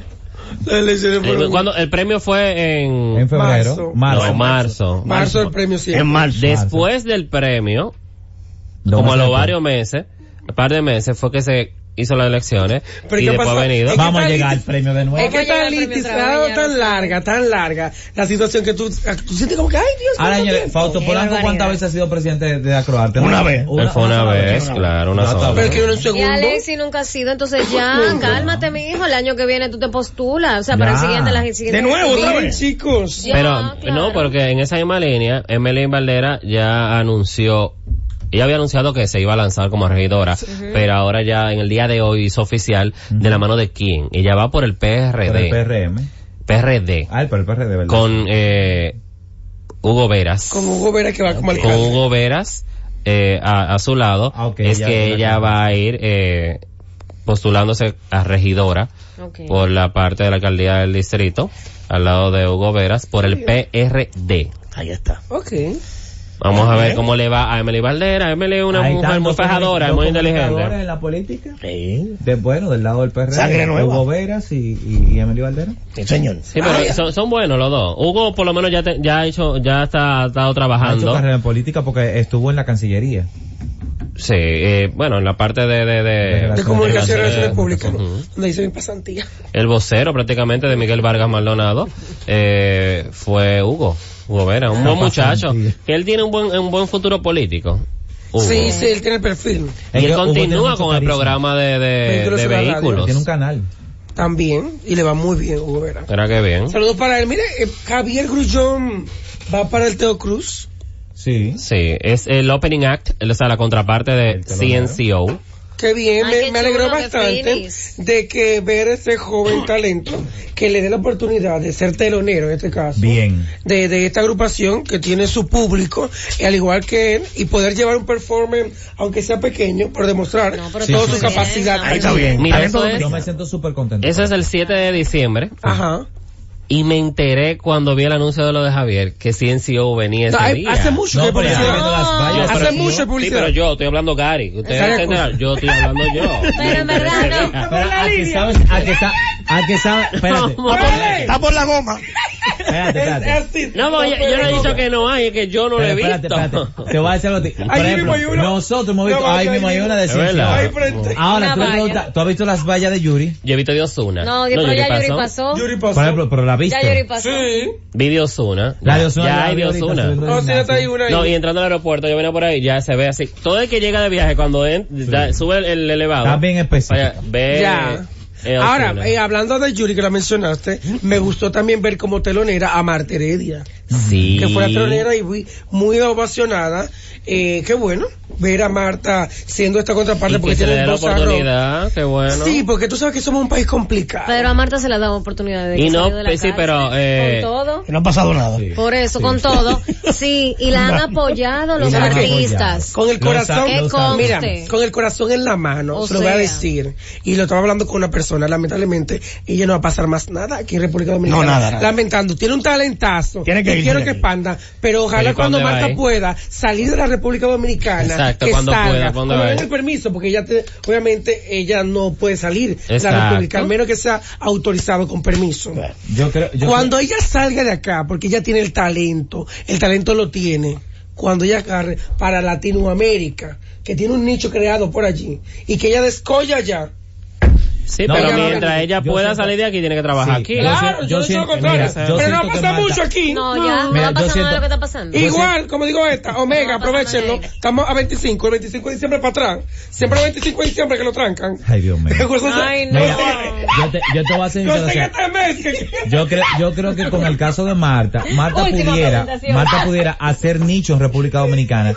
Las elecciones Eh, fueron- Cuando el premio fue en, en febrero, Marzo. marzo. no, marzo. Em, Marzo el premio En siempre. marzo. Después del premio, Dos como a los meses varios meses, un par de meses fue que se hizo las elecciones Pero ¿y y qué después ha pasó? venido. después. Vamos a llegar al premio de nuevo. Es que Vamos a llegar tan al premio litis, Trabajo, claro, ya tan no sé. larga, tan larga. La situación que tú, tú sientes como que, ay, Dios Ahora, mío. señores, Fausto Qué Polanco, ¿cuántas barbaridad. veces ha sido presidente de, de Acroarte? ¿No? Una vez. Él fue una sola vez, una claro, una Una sola. sola. Pero que en un Y segundo. Alexi nunca ha sido, entonces ya, cálmate, mi hijo, el año que viene tú te postulas, o sea, para el Ya. siguiente, las siguientes. De nuevo, otra Miren, vez. chicos. Ya, Pero claro. no, porque en esa misma línea, Emily Valdera ya anunció, ella había anunciado que se iba a lanzar como regidora, pero ahora ya en el día de hoy hizo oficial de la mano de quién. Ella va por el PRD, Por el PRM. PRD, Ah, el por el PRD, ¿verdad? con eh, Hugo Veras. Con Hugo Vera que va como con alcalde. Hugo Veras eh, a, a su lado Ah, ok, es ya que vi la ella cara. va a ir eh, postulándose a regidora Ok. por la parte de la alcaldía del distrito al lado de Hugo Veras por el PRD. Ahí está. Ok. Vamos a ver cómo le va a Emily Valdera. Emily es una Hay mujer muy tantos fajadora, comunicadores muy en inteligente. la política. Sí. De, bueno, del lado del PRM. Sangre nueva. Hugo Veras y, y, y Emilio Valdera. Sí, señor. Sí, pero son, son buenos los dos. Hugo por lo menos ya, te- ya ha hecho, ya está, ha estado Ha hecho trabajando. carrera en política porque estuvo en la Cancillería. Sí, eh, bueno, en la parte de, de, de, De Relaciones- comunicación y relaciones Relaciones- públicas, ¿no? Ujú. donde hice mi pasantía. el vocero prácticamente de Miguel Vargas Maldonado eh, fue Hugo Hugo Vera Ah, un buen muchacho pasantía. que él tiene un buen un buen futuro político Hugo. Sí, sí, él tiene el perfil. Es y que él Hugo tiene continúa mucho con el carisma. programa de, de, Vehículos de en la radio. vehículos Tiene un canal. También. Y le va muy bien, Hugo Vera. era que bien Saludos para él. Mire, eh, Javier Grullón va para el Teo Cruz. Sí. sí es el opening act o sea la contraparte de El telonero. CNCO Qué bien, Ay, me, qué me alegró chulo, qué bastante feliz. de que ver ese joven talento que le dé la oportunidad de ser telonero en este caso. Bien. De, de esta agrupación que tiene su público, y al igual que él, y poder llevar un performance, aunque sea pequeño, por demostrar No, pero toda sí, su sí, capacidad. sí. Ahí está bien. Mira, Talento eso es- Yo dominicano. me siento súper contento. eso es el 7 de diciembre Ajá. y me enteré cuando vi el anuncio de lo de Javier que CNCO venía ese No, hay- día hace mucho No, que pero ya publicidad. viendo las Yo, vallas, hace pero- mucho sí, publicidad. pero yo estoy hablando Gary ustedes Exacto. entenderán, yo estoy hablando yo Pero en verdad no. Pero a que sabes, a que sa- a que sabes, espérate, Está por la goma. espérate, espérate. Así. No, porque yo no he dicho que no hay, es que yo no lo Pero he visto. espérate, espérate. Te voy a decir algo. a ti. Por Ahí mismo ejemplo, hay uno. nosotros hemos visto, No, ahí ahí mismo hay mismo. una de Es ciencia. verdad. Ahí frente. Ahora, Una tú me valla. preguntas, ¿tú has visto las vallas de Yuri? Yo he visto de Osuna. No, que pero Yuri ya Yuri pasó. pasó. Yuri pasó. Por ejemplo, pero la viste. Ya Yuri pasó. Sí. Vi de Osuna. La de Ozuna, Ya la hay vi de ahorita Osuna. subiendo- No, Oh, sí, está ahí una ahí. No, y entrando al aeropuerto, yo venía por ahí, ya se ve así. Todo el que llega de viaje, cuando en- da- sube el, el elevado. Está bien específica. vaya, ve. Ya. eh, Ozuna. Ahora, eh, hablando de Yuri que la mencionaste, me gustó también ver como telonera a Marta Heredia, sí. que fue la telonera y muy, muy ovacionada. Eh, qué bueno ver a Marta siendo esta contraparte Y porque que se le tiene dé el la vozarrón. oportunidad, qué bueno. Sí, porque tú sabes que somos un país complicado. Pero a Marta se le ha dado oportunidad de que Y no, salió de la pues sí, cárcel, pero, eh, Con todo. No ha pasado nada. Por eso, con todo. Sí, y la han apoyado los Y la han artistas. Con el Lo sa- corazón, lo sa- mira, conste. con el corazón en la mano, O se lo voy a sea. decir. Y lo estaba hablando con una persona, lamentablemente, ella no va a pasar más nada aquí en República Dominicana. No, nada, nada. Lamentando, tiene un talentazo. Tiene que y yo origen quiero de que aquí. expandan, pero ojalá Pero ¿y pa' cuando dónde va Marta ahí? pueda salir de la República Dominicana, Exacto, que cuando pueda, salga, ¿cuándo o le va eh. den ahí? el permiso, porque ella te- obviamente ella no puede salir de la Exacto. República, al menos que sea autorizado con permiso. Yo creo, yo Cuando ella salga de acá, porque ella tiene el talento, el talento lo tiene, cuando ella agarre para Latinoamérica, que tiene un nicho creado por allí, y que ella descolla allá. Sí, No, pero yo- mientras ella yo pueda siento- salir de aquí, tiene que trabajar Sí, aquí. yo Claro, si- yo, yo no soy siento- lo contrario, mira, yo pero no siento que pasa Marta- mucho aquí. No, ya, no Mira, va yo pasando nada de siento- lo que está pasando. Y- Igual, como digo esta, Omega, No, pasa aprovechenlo. nada. Estamos a 25, el 25 de diciembre para atrás. Siempre el 25 de diciembre que lo trancan. Ay, Dios mío. Ay, no. Mira, yo, te, yo te voy a ser sincero, o sea, este mes. que- yo creo, yo creo que con el caso de Marta, Marta Última pudiera, presentación. Marta pudiera hacer nicho en República Dominicana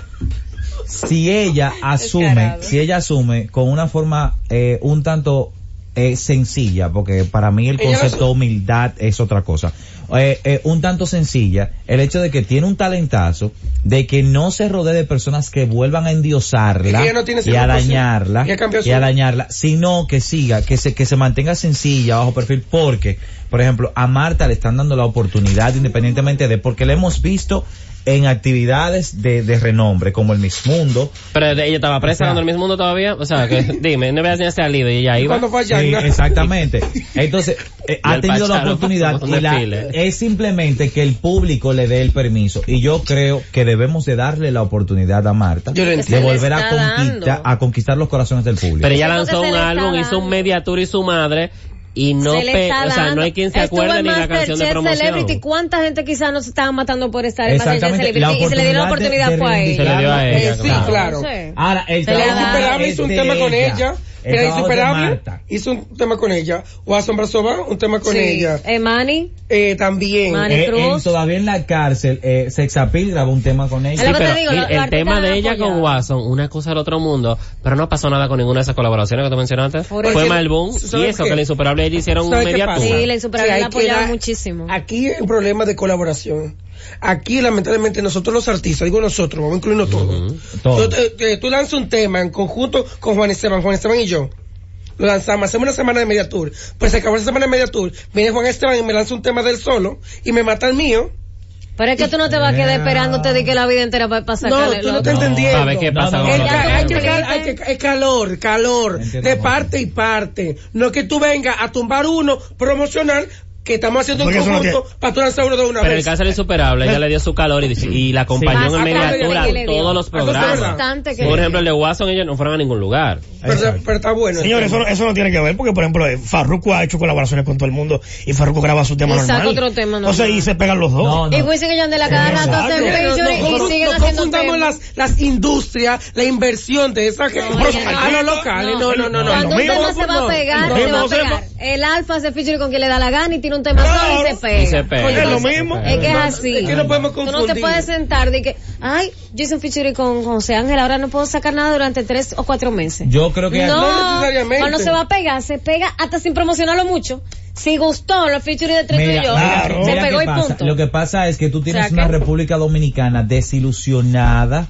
si ella asume, Descarado. si ella asume con una forma eh, un tanto eh, sencilla, porque para mí el Ella lo concepto de humildad es otra cosa, eh, eh, un tanto sencilla, el hecho de que tiene un talentazo, de que no se rodee de personas que vuelvan a Es que endiosarla ella no tiene y a 100%. dañarla, Ella cambió y a su- dañarla, sino que siga, que se, que se mantenga sencilla, bajo perfil, porque, por ejemplo, a Marta le están dando la oportunidad independientemente de, porque la hemos visto en actividades de, de renombre, como el Miss Mundo, Pero ella estaba presa O sea- cuando el mismo mundo todavía. O sea, que dime, no voy a enseñar este libre y ella iba. Cuando fue allá. Sí, ¿no? exactamente. Entonces, eh, Y ha el tenido la Pachalo, oportunidad un y la- desfile. es simplemente que el público le dé el permiso. Y yo creo que debemos de darle la oportunidad a Marta Yo lo de entiendo. volver a, Se le está conquista- dando. a conquistar los corazones del público. Pero ella Eso es lo lanzó que se un le está álbum, hizo dando. un media tour y su madre. Y no, Se le pe- está o sea, dando. no hay quien se Estuvo acuerde en ni la Masterchef canción de promoción. Celebrity. ¿Cuánta gente quizás nos estaban matando por estar en Masterchef Exactamente, Celebrity? la Y se le dio la oportunidad oportunidad de- fue a de ella. Se le dio a Eh, ella, sí, claro. claro. No sé. Ahora, el Se le trabajo da. Insuperable es hizo un de tema con ella. El Era trabajo de insuperable. Marta. Hizo un tema con ella. O Asombra Soba, un tema con Sí. ella. Eh, Manny. Eh, también. Mani. Dani Eh, Cruz. él todavía en la cárcel, eh, Sexapil grabó un tema con ella. Es Sí, lo que te pero digo, mira, los el artistas tema han de ella con apoyado. Watson, una cosa del otro mundo, pero no pasó nada con ninguna de esas colaboraciones que tú mencionaste. Por Fue eso. mal boom y ¿Sabes eso, qué? que la insuperable ella hicieron un ¿Sabes qué media pasa? tour. Sí, la insuperable Sí, la hay que apoyaba dar- muchísimo. Aquí el problema de colaboración. Aquí, lamentablemente, nosotros los artistas, digo nosotros, vamos a incluirnos todos. Todo. Tú, eh, eh, tú lanzas un tema en conjunto con Juan Esteban, Juan Esteban y yo. Lo lanzamos, hacemos una semana de media tour. Pues se acabó esa semana de media tour. Viene Juan Esteban y me lanza un tema del solo y me mata el mío. Pero es que tú no te vas a quedar esperándote de que la vida entera para pasar No, tú no te entendiendo. ¿Sabes qué No, pasa? no, con El los ya ca- tú artistas? hay, que, entendiste. cal- hay que- es calor, calor, Entiendo, de Jorge. parte y parte. No es que tú vengas a tumbar uno promocional que estamos haciendo un Porque eso no conjunto para lanzar uno de una Pero en el vez. caso del insuperable, ella le dio su calor y, y la acompañó Más en media aparte de tour que le a dio. todos los Entonces, programas. Bastante que Por le ejemplo, el de Watson, ellos no fueron a ningún lugar. pero, pero está bueno. Señores, eso, no- eso no tiene que ver porque, por ejemplo, eh, Farruko ha hecho colaboraciones con todo el mundo y Farruko graba su tema Y saca normal. otro tema O sea, normal. y se pegan los dos. No, no. Y Wisin y Yandel a cada rato hacen Pero no featuring y confu- siguen no haciendo confundamos temas. las, las industrias, la inversión de esa gente No, ya no. a los locales. No, no, no, no. Cuando no. un Lo tema mismo, se va a no, pegar, lo se mismo, va a se va- pegar. El alfa hace featuring con quien le da la gana y tiene un tema solo y se pega. Y se pega. Oye, es lo mismo. Es que es así. Es que no podemos Tú no te confundir. puedes sentar de que, ay, yo hice un featuring con José Ángel, ahora no puedo sacar nada durante tres o cuatro meses. Yo creo que no, No necesariamente. cuando se va a pegar, se pega hasta sin promocionarlo mucho. Si gustó los featuring de Trito Mira, y yo, claro. se mira pegó qué y pasa. punto. Lo que pasa es que tú tienes O sea, una que- República Dominicana desilusionada,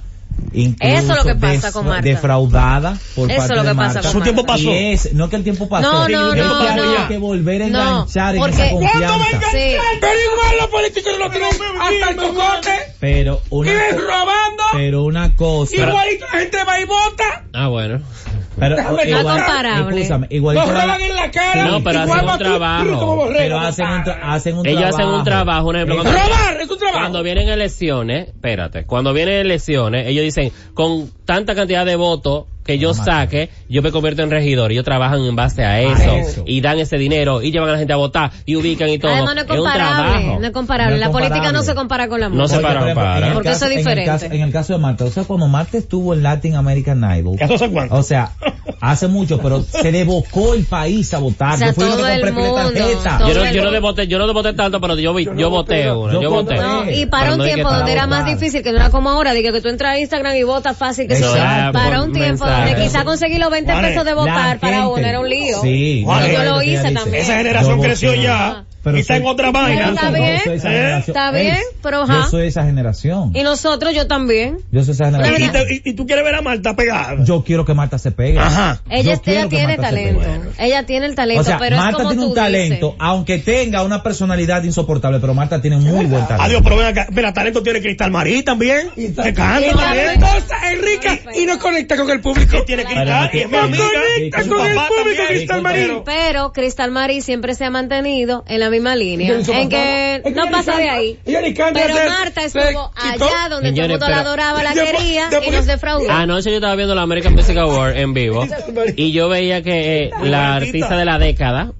incluso Eso es lo que pasa con Marta. defraudada Eso por es parte lo que de pasa Marta. con Su tiempo Marta. pasó. Y es, no que el tiempo pasó, No, no, es no, que había no. que volver a No, enganchar en porque- esa ¿Cuándo confianza. Sí. Pero igual los políticos no tienen hasta el cocote. Pero una, Viven robando. pero una cosa, Igualito la gente va y vota. Ah, bueno. pero No igual- comparable. escúchame, igual Nos que- roban en la cara. No, pero igual hacen un va tú, trabajo. tú como borrego. pero hacen un, tra- hacen un Ellos trabajo. hacen un trabajo, un ejemplo, cuando- Robar es un trabajo. Cuando vienen elecciones, espérate, cuando vienen elecciones, ellos dicen, con tanta cantidad de votos que yo saque, yo me convierto en regidor. Ellos trabajan en base a eso, Ah, eso. y dan ese dinero y llevan a la gente a votar y ubican y todo. Además no es es un comparable, trabajo. no es comparable. No es La política comparable. no se compara con la No se música. Oye, para, por ejemplo, para. en el Porque eso es caso- en el diferente. caso- En el caso de Marta, o sea, cuando Marta estuvo en Latin American Idol, ¿Ya no sé cuánto? O sea, hace mucho, pero se le evocó el país a votar. O sea, yo fui todo uno que el compré pileta mundo, tarjeta. todo yo no, el yo no mundo. le voté, yo no le voté tanto, pero yo, vi- yo, voté una, Yo yo, cuando- voté. No, No, y Sí, para pero un no hay que tiempo donde era más votar. difícil, que no era como ahora, de que que tú entras a Instagram y votas fácil, que Eso sí. era Para por un tiempo donde mensaje. quizá conseguir los 20 Juanes, pesos de La votar para gente- uno era un lío. Sí. Juanes, Juanes, yo lo que ella hice dice. también. Esa generación Yo creció voté. ya Pero y está soy- en otra Yo vaina. está soy- bien. yo soy esa ¿Eh? generación. Está Ey, bien, pero Yo ajá. soy esa generación. Y nosotros, yo también. Yo soy esa Y, generación. te- y- y tú quieres ver a Marta pegada. Yo quiero que Marta se pegue. Ajá. Yo Ella, quiero ella que tiene Marta se pegue. talento. Ella tiene el talento, o sea, pero es Marta como tiene tú un talento, dices. aunque tenga una personalidad insoportable, pero Marta tiene un muy buen talento. Adiós, pero ven acá. Mira, talento tiene Cristal Marí también. Y Que está- canta y también. también- Entonces es rica y no conecta con el público. Que tiene Cristal. Y es mi Pero amiga. conecta Su con papá el público, también. Cristal Marí. Pero- Pero Cristal Marí siempre se ha mantenido en la misma línea. Yo ni En que soportaba. Es que no yo ni pasa de canto. ahí. Yo ni canto, Pero se- Marta se estuvo quitó. allá donde todo el Señores, mundo la pero- Ah, adoraba, la Después- quería y después- nos defraudó. Anoche yo estaba viendo la American Music Award en vivo y yo veía que eh, la artista de la década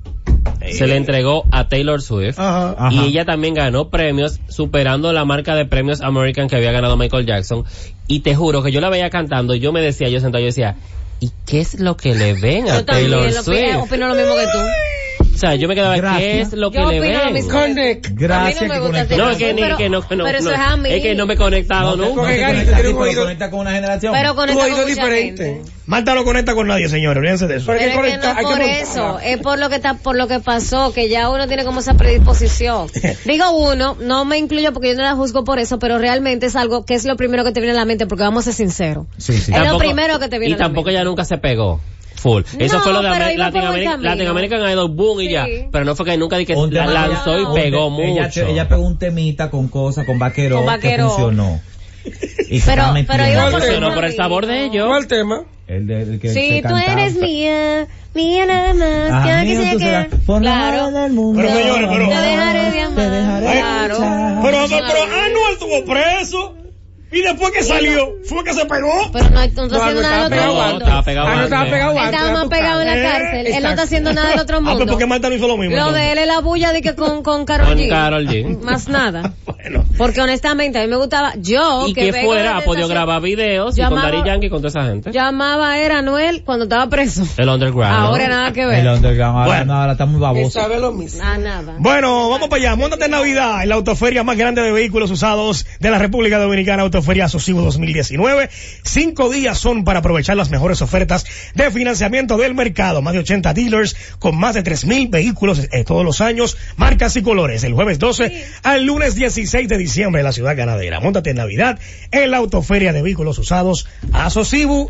se le entregó a Taylor Swift Ajá. Ajá. y ella también ganó premios superando la marca de premios American que había ganado Michael Jackson y te juro que yo la veía cantando y yo me decía yo sentado yo decía ¿y qué es lo que le ven a Yo también Taylor lo- Swift? opino lo mismo que tú. o sea yo me quedaba ¿qué Gracias. es lo que Yo le opino lo ven? mismo. Conect. Gracias A mí no me que gusta conectó. hacer- no es que, ni- Pero- que no, no, pero eso no. es a mí. Es que no me he conectado No, nunca no te Gary, conecta, tú tienes un tipo, oído- conecta con una generación. Pero con Tu esta oído mucha diferente. gente. Marta no conecta con nadie, señores. Olvídense de eso. Pero- Hay Pero que es que no conectar, es hay que por conectar. eso, es por lo que está, por lo que pasó, que ya uno tiene como esa predisposición. Digo uno, no me incluyo porque yo no la juzgo por eso, pero realmente es algo que es lo primero que te viene a la mente, porque vamos a ser sinceros. Sí, sí. Es lo Tampoco- primero que te viene Y a la tampoco mente. ella nunca se pegó. Full. Eso No, fue lo de pero Amer- iba por Latin, buen American, camino. Latin American Idol, boom y Sí. ya. Pero no fue que nunca di que Un la tema- lanzó y un- ella, pegó mucho. Ella pegó un temita con cosas, con vaquero, Con Vaqueró. que funcionó. Y Pero- estaba pero metiendo- iba por el, el- Funcionó por el sabor de ellos. ¿Cuál tema? de- el que Sí, se tú cantaba. eres mía, mía nada más. Ah, que mira, sé tú qué. serás por claro. nada del mundo. Pero, señores, pero- Te dejaré de amar. Te dejaré Ay, claro. escuchar. Pero, pero, pero Anuel estuvo preso. Y después que salió, fue que se pegó. Pero no, no está No, haciendo no nada estaba del pegado otro No, mundo. estaba pegado Ah, no estaba antes. pegado antes. Estaba más tú pegado en la sabes. cárcel. Él no Exacto. está haciendo nada del otro Ah, pero mundo. ¿por qué Marta no hizo lo mismo? Lo entonces? de él es la bulla de que con, con Karol Con G. Carol G. Más nada. Bueno. Porque honestamente a mí me gustaba, yo Y Oh, que que vengo fuera, de ha podido esa- grabar videos y Yo con amaba- Daddy Yankee y con toda esa gente. Llamaba era Anuel cuando estaba preso. El underground. Ahora nada que ver. El underground ahora, Bueno. no, ahora está muy Él baboso. sabe lo mismo. Ah, nada. Bueno, vamos para allá. Móntate en Navidad en la autoferia más grande de vehículos usados de la República Dominicana, Autoferia Asocivo 2019. Cinco días son para aprovechar las mejores ofertas de financiamiento del mercado. Más de 80 dealers con más de 3.000 vehículos eh, todos los años, marcas y colores. El jueves 12 al lunes 16 de diciembre en la ciudad ganadera. Móntate en Navidad en la autoferia de vehículos usados Asocibu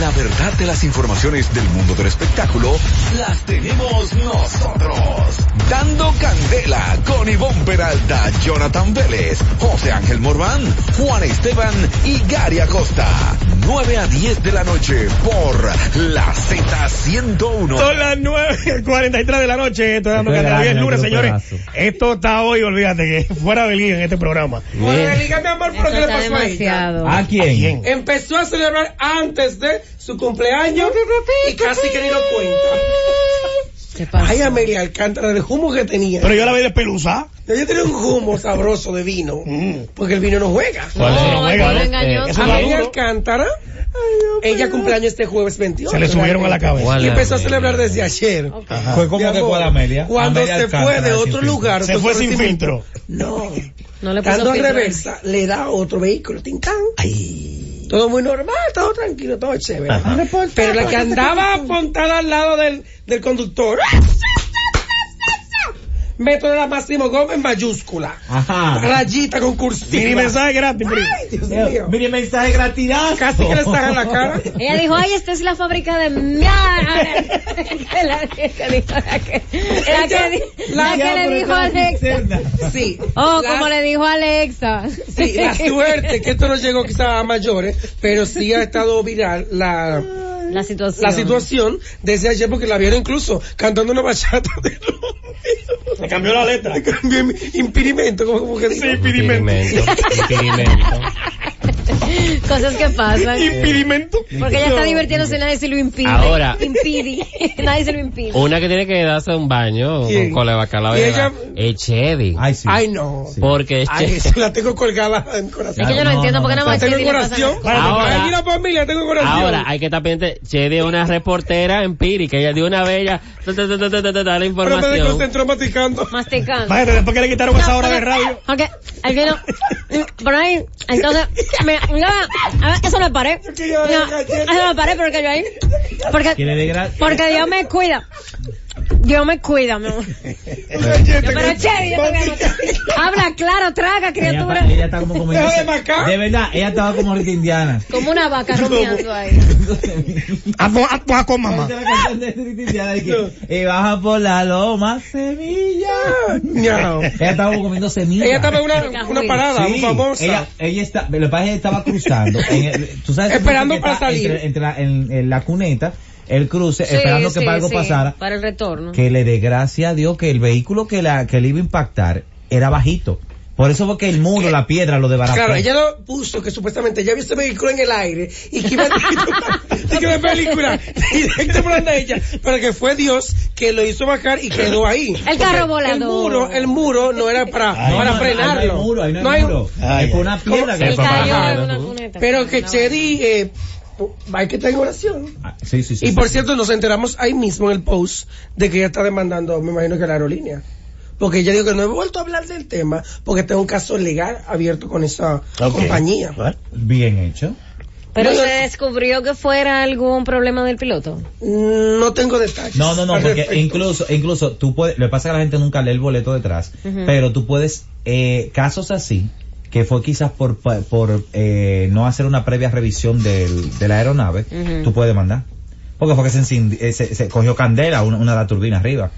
La verdad de las informaciones del mundo del espectáculo las tenemos nosotros. Dando candela con Ivonne Peralta, Jonathan Vélez, José Ángel Morván, Juan Esteban y Gary Acosta. 9 a 10 de la noche por la Z101. Son las 9.43 de la noche. Esto es dando Esto es candela. Hoy es grande, lunes, otro señores. pedazo. Esto está hoy, olvídate que fuera de liga en este programa. Bueno, dígame, amor, ¿pero Eso qué le está pasó Ah, a ella? demasiado. ¿A quién? ¿A quién? Empezó a celebrar antes de su cumpleaños y casi que ni lo cuenta. ¿Qué pasa? Ay, Amelia Alcántara, el humo que tenía. Pero yo la vi despelusa. Mm. Yo tenía un humo sabroso de vino, porque el vino no juega. ¿Cuál es? No, el ¿Cuál es? vino Eh, engañoso. eso- Amelia Alcántara, ella cumpleaños este jueves 28. Se le subieron a la cabeza. ¿Cuál Y es? empezó a celebrar desde ayer. Ajá. Fue Mi como que amor, fue la Amelia. Cuando Amelia se Alcántara, fue de sin otro filtro. lugar. Se su fue sin filtro. No. No le puso Dando filtro. reversa, le da otro vehículo, Tintán. Todo muy normal, todo tranquilo, todo chévere. Pero la que andaba apuntada al lado del, del conductor. Meto de la Máximo Gómez mayúscula. Ajá. Rayita con Mini cursiva. mensaje gratis. Pri. Ay, Dios mío. Mire, mensaje gratis. Casi que le saca la cara. Ella dijo, ay, esta es la fábrica de mía. la que dijo, la que, la que, di- la que le dijo a Alexa. Sí. Oh, La- como le dijo Alexa. Sí, la suerte que esto no llegó quizás a mayores, pero sí ha estado viral la, La situación. la situación desde ayer porque la vieron incluso cantando una bachata de Se cambió la letra. Cambié mi impedimento, como, como que digo. Sí, impedimento. Impedimento. Impedimento. Cosas que pasan. Impedimento. Porque ella está divirtiéndose y nadie se lo impide. Ahora. Impide. nadie se lo impide. Una que tiene que darse un baño ¿Quién? con cola de bacalao. Y y ella- nada, Es Chedi. Ay, sí. Ay, no. Sí. Porque es Ay, Chedi. esa la tengo colgada en corazón. Es que yo no, No, entiendo no, por qué nada no, La más tengo en Chedi le pasa corazón. nada. Ahora- Ahora, mira, mami, la tengo en corazón. Ahora hay que estar pendiente. Chedi es una reportera empírica. Ella dio una bella. ta, ta, ta, ta, ta, ta, ta, la Pero me información. desconcentró masticando. Masticando. Vaya, después que le quitaron esa hora de radio. Ok, al final, mm, por ahí, entonces, mira, mira, a ver, eso me paré. que yo No, me caché. eso me paré porque yo ahí, Que le porque, dé gra- porque Dios me cuida. Dios me cuida, mi amor. Pero Chedi, yo te voy a matar. habla claro, traga, Ella, está- criatura. ella está como como Deja de marcar. De verdad, ella estaba como ahorita indiana. Como una vaca rumiando Eh, ahí. Haz con mamá. Esa es la canción de Rita Indiana de que, eh, baja por la loma, semilla. No. Ella estaba comiendo semilla. Ella estaba en una, una parada, Sí, muy famosa. Ella, ella está, lo que pasa es que estaba cruzando. en el- tú sabes Esperando que para está salir. Entre, entre la, en, en la cuneta, el cruce, Sí, esperando que sí, algo sí, pasara. Para el retorno. Que le dé gracia a Dios que el vehículo que, la, que le iba a impactar era bajito. Por eso fue que el muro, la piedra, lo de Claro, ella lo puso que supuestamente ella vio ese vehículo en el aire y que iba a que de película directo por donde ella, pero que fue Dios que lo hizo bajar y quedó ahí. El carro El volando. muro, el muro Ah, no era para, Ahí para no- ahí frenarlo. No hay muro, ahí no hay muro. Ay, es por una piedra que Él le fue cayó bajando. en una cuneta. Pero que No. Chedi, eh, pu- hay que tener oración. Ah, Sí, sí, sí. Y sí, por sí. cierto, nos enteramos ahí mismo en el post de que ella está demandando, me imagino que la aerolínea. Porque ella dijo que no he vuelto a hablar del tema porque tengo un caso legal abierto con esa compañía. Bien hecho. Pero No, se no. descubrió que fuera algún problema del piloto. No tengo detalles. No, no, no, al porque respecto. incluso, incluso tú puedes, lo que pasa es que la gente nunca lee el boleto detrás, Ujú. pero tú puedes, eh, casos así, que fue quizás por, pa- por eh, no hacer una previa revisión del, de la aeronave, Ujú. tú puedes demandar. Porque fue que se, encindi- eh, se, se cogió candela una, una de las turbinas arriba.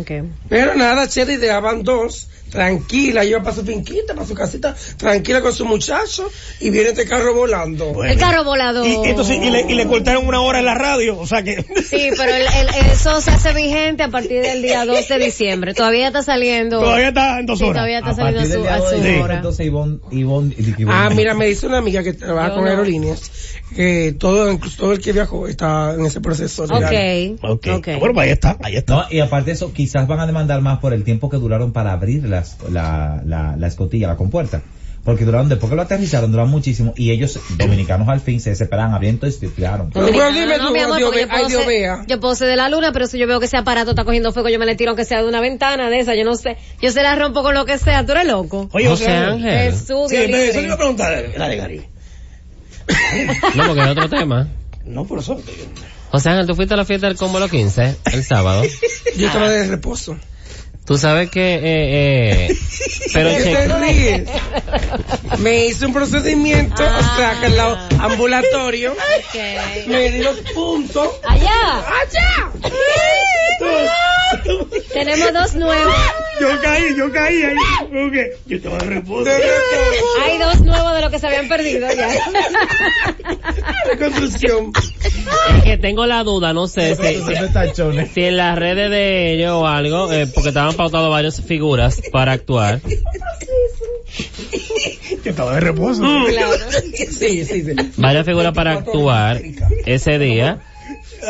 Okay. Pero nada, Chedi dejaban dos, tranquila, iba para su finquita, para su casita, tranquila con su muchacho, y viene este carro volando. El carro volador. Y, entonces, y, le, y le cortaron una hora en la radio. O sea que. Sí, pero el- el- eso se hace vigente a partir del día 2 de diciembre. Todavía está saliendo. Todavía está en dos Sí, horas. todavía está A saliendo a su, partir del día a de su hoy, hora. Entonces Ivonne, Ivonne, Ivonne- Ah, mira, me dice una amiga que trabaja Yo con no. aerolíneas, que todo, incluso todo el que viajó está en ese proceso. legal. Ok. Ok. Ok. Bueno, pues ahí está, ahí está. No, y aparte de eso, quizás van a demandar más por el tiempo que duraron para abrir las, la, la, la escotilla, la compuerta. Porque duraron, después que lo aterrizaron, duraron muchísimo. Y ellos, dominicanos al fin, se desesperaban, abriendo y tiraron. Pero bueno, Dominicano, dime no, tú, mi amor, Dios porque ve- ay, yo, Dios puedo vea. ser, yo puedo ser de la luna, pero si yo veo que ese aparato está cogiendo fuego, yo me le tiro aunque sea de una ventana de esa, yo no sé. Yo se la rompo con lo que sea, tú eres loco. Oye, José José Ángel. Ángel. Jesús, Sí, Dios pero eso libre. le iba a preguntar, la de Gary. No, porque es otro tema. No, por eso. José Ángel, tú fuiste a la fiesta del Combo los 15, el sábado. Yo estaba de reposo. Tú sabes que, eh, eh, pero ¿Qué che- te ríes? Me hice un procedimiento, o sea, Ah. que al lado ambulatorio, Ok. me di los puntos, Allá. Tenemos dos nuevos. Yo caí, yo caí ahí. Ok, Yo estaba de reposo. de reposo. Hay dos nuevos de los que se habían perdido ya. la construcción. es que tengo la duda, no sé si, Esos son tachones. si en las redes de ellos o algo, eh, porque estaban pautados varias figuras para actuar. Yo estaba de reposo. Sí, sí, sí. varias figuras para actuar ese día.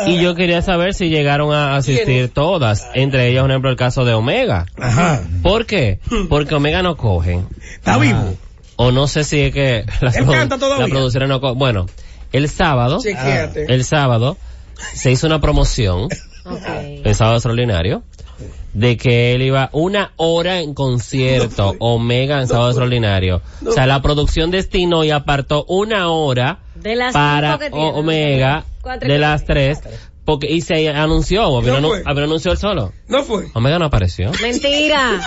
Y yo quería saber si llegaron a asistir todas, entre ellas, por ejemplo, el caso de Omega. Ajá. ¿Por qué? Porque Omega no cogen. Está vivo. O no sé si es que las Él produ- canta todavía. las producciones no cogen. Bueno, el sábado, Chequéate. el sábado, se hizo una promoción, Ok. el sábado extraordinario, de que él iba una hora en concierto, Omega en sábado extraordinario. O sea, la producción destinó y apartó una hora De las para cinco que O- tiene. Omega Cuatro de que las tres porque y se anunció Bobby No no, fue. Bobby no anunció el solo No fue. Omega no apareció Mentira.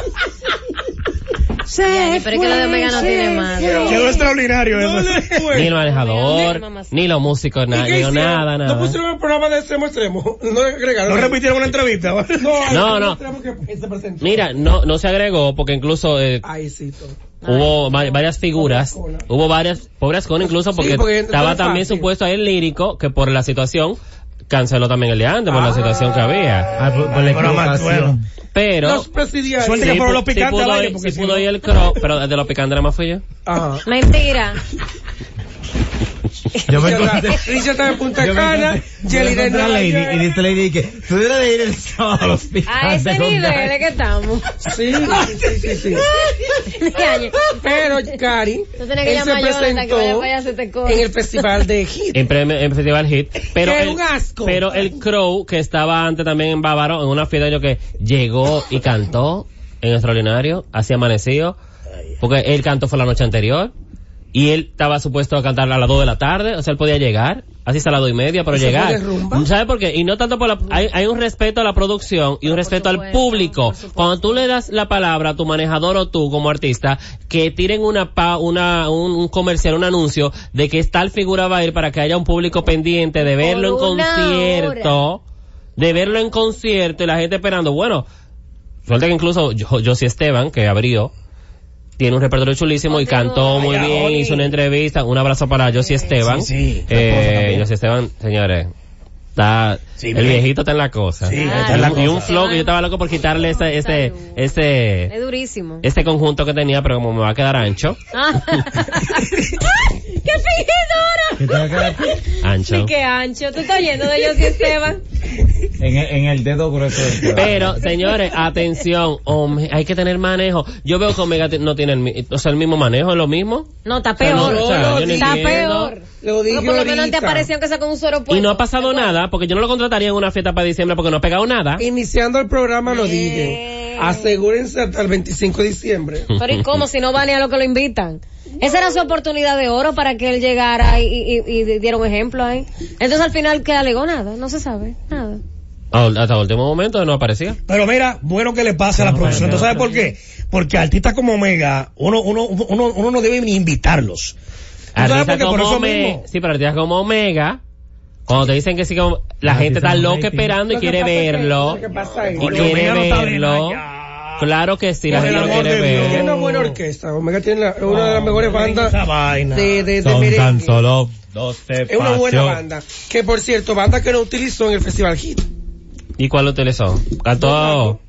Ay, pero es que lo de Omega no tiene madre. Quedó extraordinario No eso. le ni el fue. manejador Omega, mamacita. ni los músicos ¿Y na- qué ni hicieron? nada nada No pusieron el programa de extremo a extremo. No le No agregaron. repitieron una entrevista. No, No, no. extremo que se presentó. mira no no se agregó porque incluso eh, Ay, sí, todo. hubo va- varias figuras Pobres cola. hubo varias pobres con incluso porque, porque estaba no fue también fácil. supuesto ahí el lírico que por la situación canceló también el día antes por la situación que había Ah, por, por la Pero más equivocación. pero Los presidiarios. Suerte que sí fueron pu- los picantes sí pudo al aire, ir- porque sí si pudo no- ir el crow pero de los picantes nada más fui yo Ajá. Mentira. Yo me Richard encontré- está- Richard está en Punta Yo me Cana, encontré- yo me Yelida en encontré a Nueva Lady York. y dice Lady que tú debes de ir el sábado al hospital. Ah, A ese de nivel Gondar". de que estamos. Sí, sí, sí, sí. Pero, Cari, Tú tienes que él se llamar a Jonathan que vaya presentó para allá se te en coge. el festival de Hit. En, premio- en Festival Hit. Pero ¡Qué el, un asco! Pero el Crow, que estaba antes también en Bávaro, en una fiesta yo que llegó y cantó en Extraordinario, así amanecido, porque él cantó fue la noche anterior, y él estaba supuesto a cantar a las 2 de la tarde, o sea, él podía llegar, así hasta las 2 y media, pero ¿Se fue llegar. Mm, de rumba? ¿Sabe por qué? Y no tanto por la... Hay, hay un respeto a la producción y un respeto al supuesto, público. por supuesto. Cuando tú le das la palabra a tu manejador o tú como artista, que tiren una pa, una, un, un comercial, un anuncio de que tal figura va a ir para que haya un público pendiente de verlo Por en una concierto, de verlo en concierto y la gente esperando. Bueno, suelta que incluso yo, Josie Esteban, que abrió, tiene un repertorio chulísimo y Continúa. cantó muy Ay, bien, Aoni. hizo una entrevista. Un abrazo para Josie Esteban. Sí, sí. La esposa Eh, también. Josie Esteban, señores, está, Sí, el bien. viejito está en la cosa. Sí, Y está un- en la Y un cosa. flow que yo estaba loco por quitarle este, este, Salud. este, Es durísimo. este conjunto que tenía, pero como me va a quedar ancho, Ah. ¡Qué Que fingidora! tenga que ver- ancho. Sí, qué ancho. ¿Tú estás oyendo de ellos Esteban? en, el- en el dedo grueso del cuerpo. Pero, señores, atención, hombre, hay que tener manejo. Yo veo que Omega ti- no tiene el, mi- o sea, el mismo manejo, es lo mismo. No, está sea, no, peor. o sea, yo no está entiendo. peor. Lo dije No, por lo menos ahorita. antes aparecían que sacó un suero Y puesto. no ha pasado nada, porque yo no lo contrataría en una fiesta para diciembre porque no ha pegado nada. Iniciando el programa lo Eh. dije. Ah. Asegúrense hasta el 25 de diciembre. Pero ¿y cómo? Si no van a lo que lo invitan. Esa era su oportunidad de oro para que él llegara y, y, y- y diera un ejemplo ahí. Entonces al final, ¿qué alegó? Nada, no se sabe, nada. Ah, Hasta el último momento no aparecía. Pero mira, bueno que le pase a la producción. ¿Tú sabes por qué? Porque artistas como Omega, uno, uno, uno, uno no debe ni invitarlos. ¿Tú sabes por Artistas qué? Por Ah, como eso Omega, mismo. sí, pero artistas como Omega, cuando te dicen que sí, como, la Ah, Artistas gente está con loca rating. esperando y Lo que quiere pasa es que- verlo. lo que pasa es- Y Porque quiere Omega no está bien verlo. allá. Claro que sí, la Por el gente lo amor quiere de Dios. ver. Tiene una buena orquesta. Omega tiene la- una de Oh, las mejores bandas Esa vaina. de, de, de Son merengue. tan solo 12 Es una buena pasión. banda. Que por cierto, banda que no utilizó en el Festival Hit. ¿Y cuál utilizó? Cantó,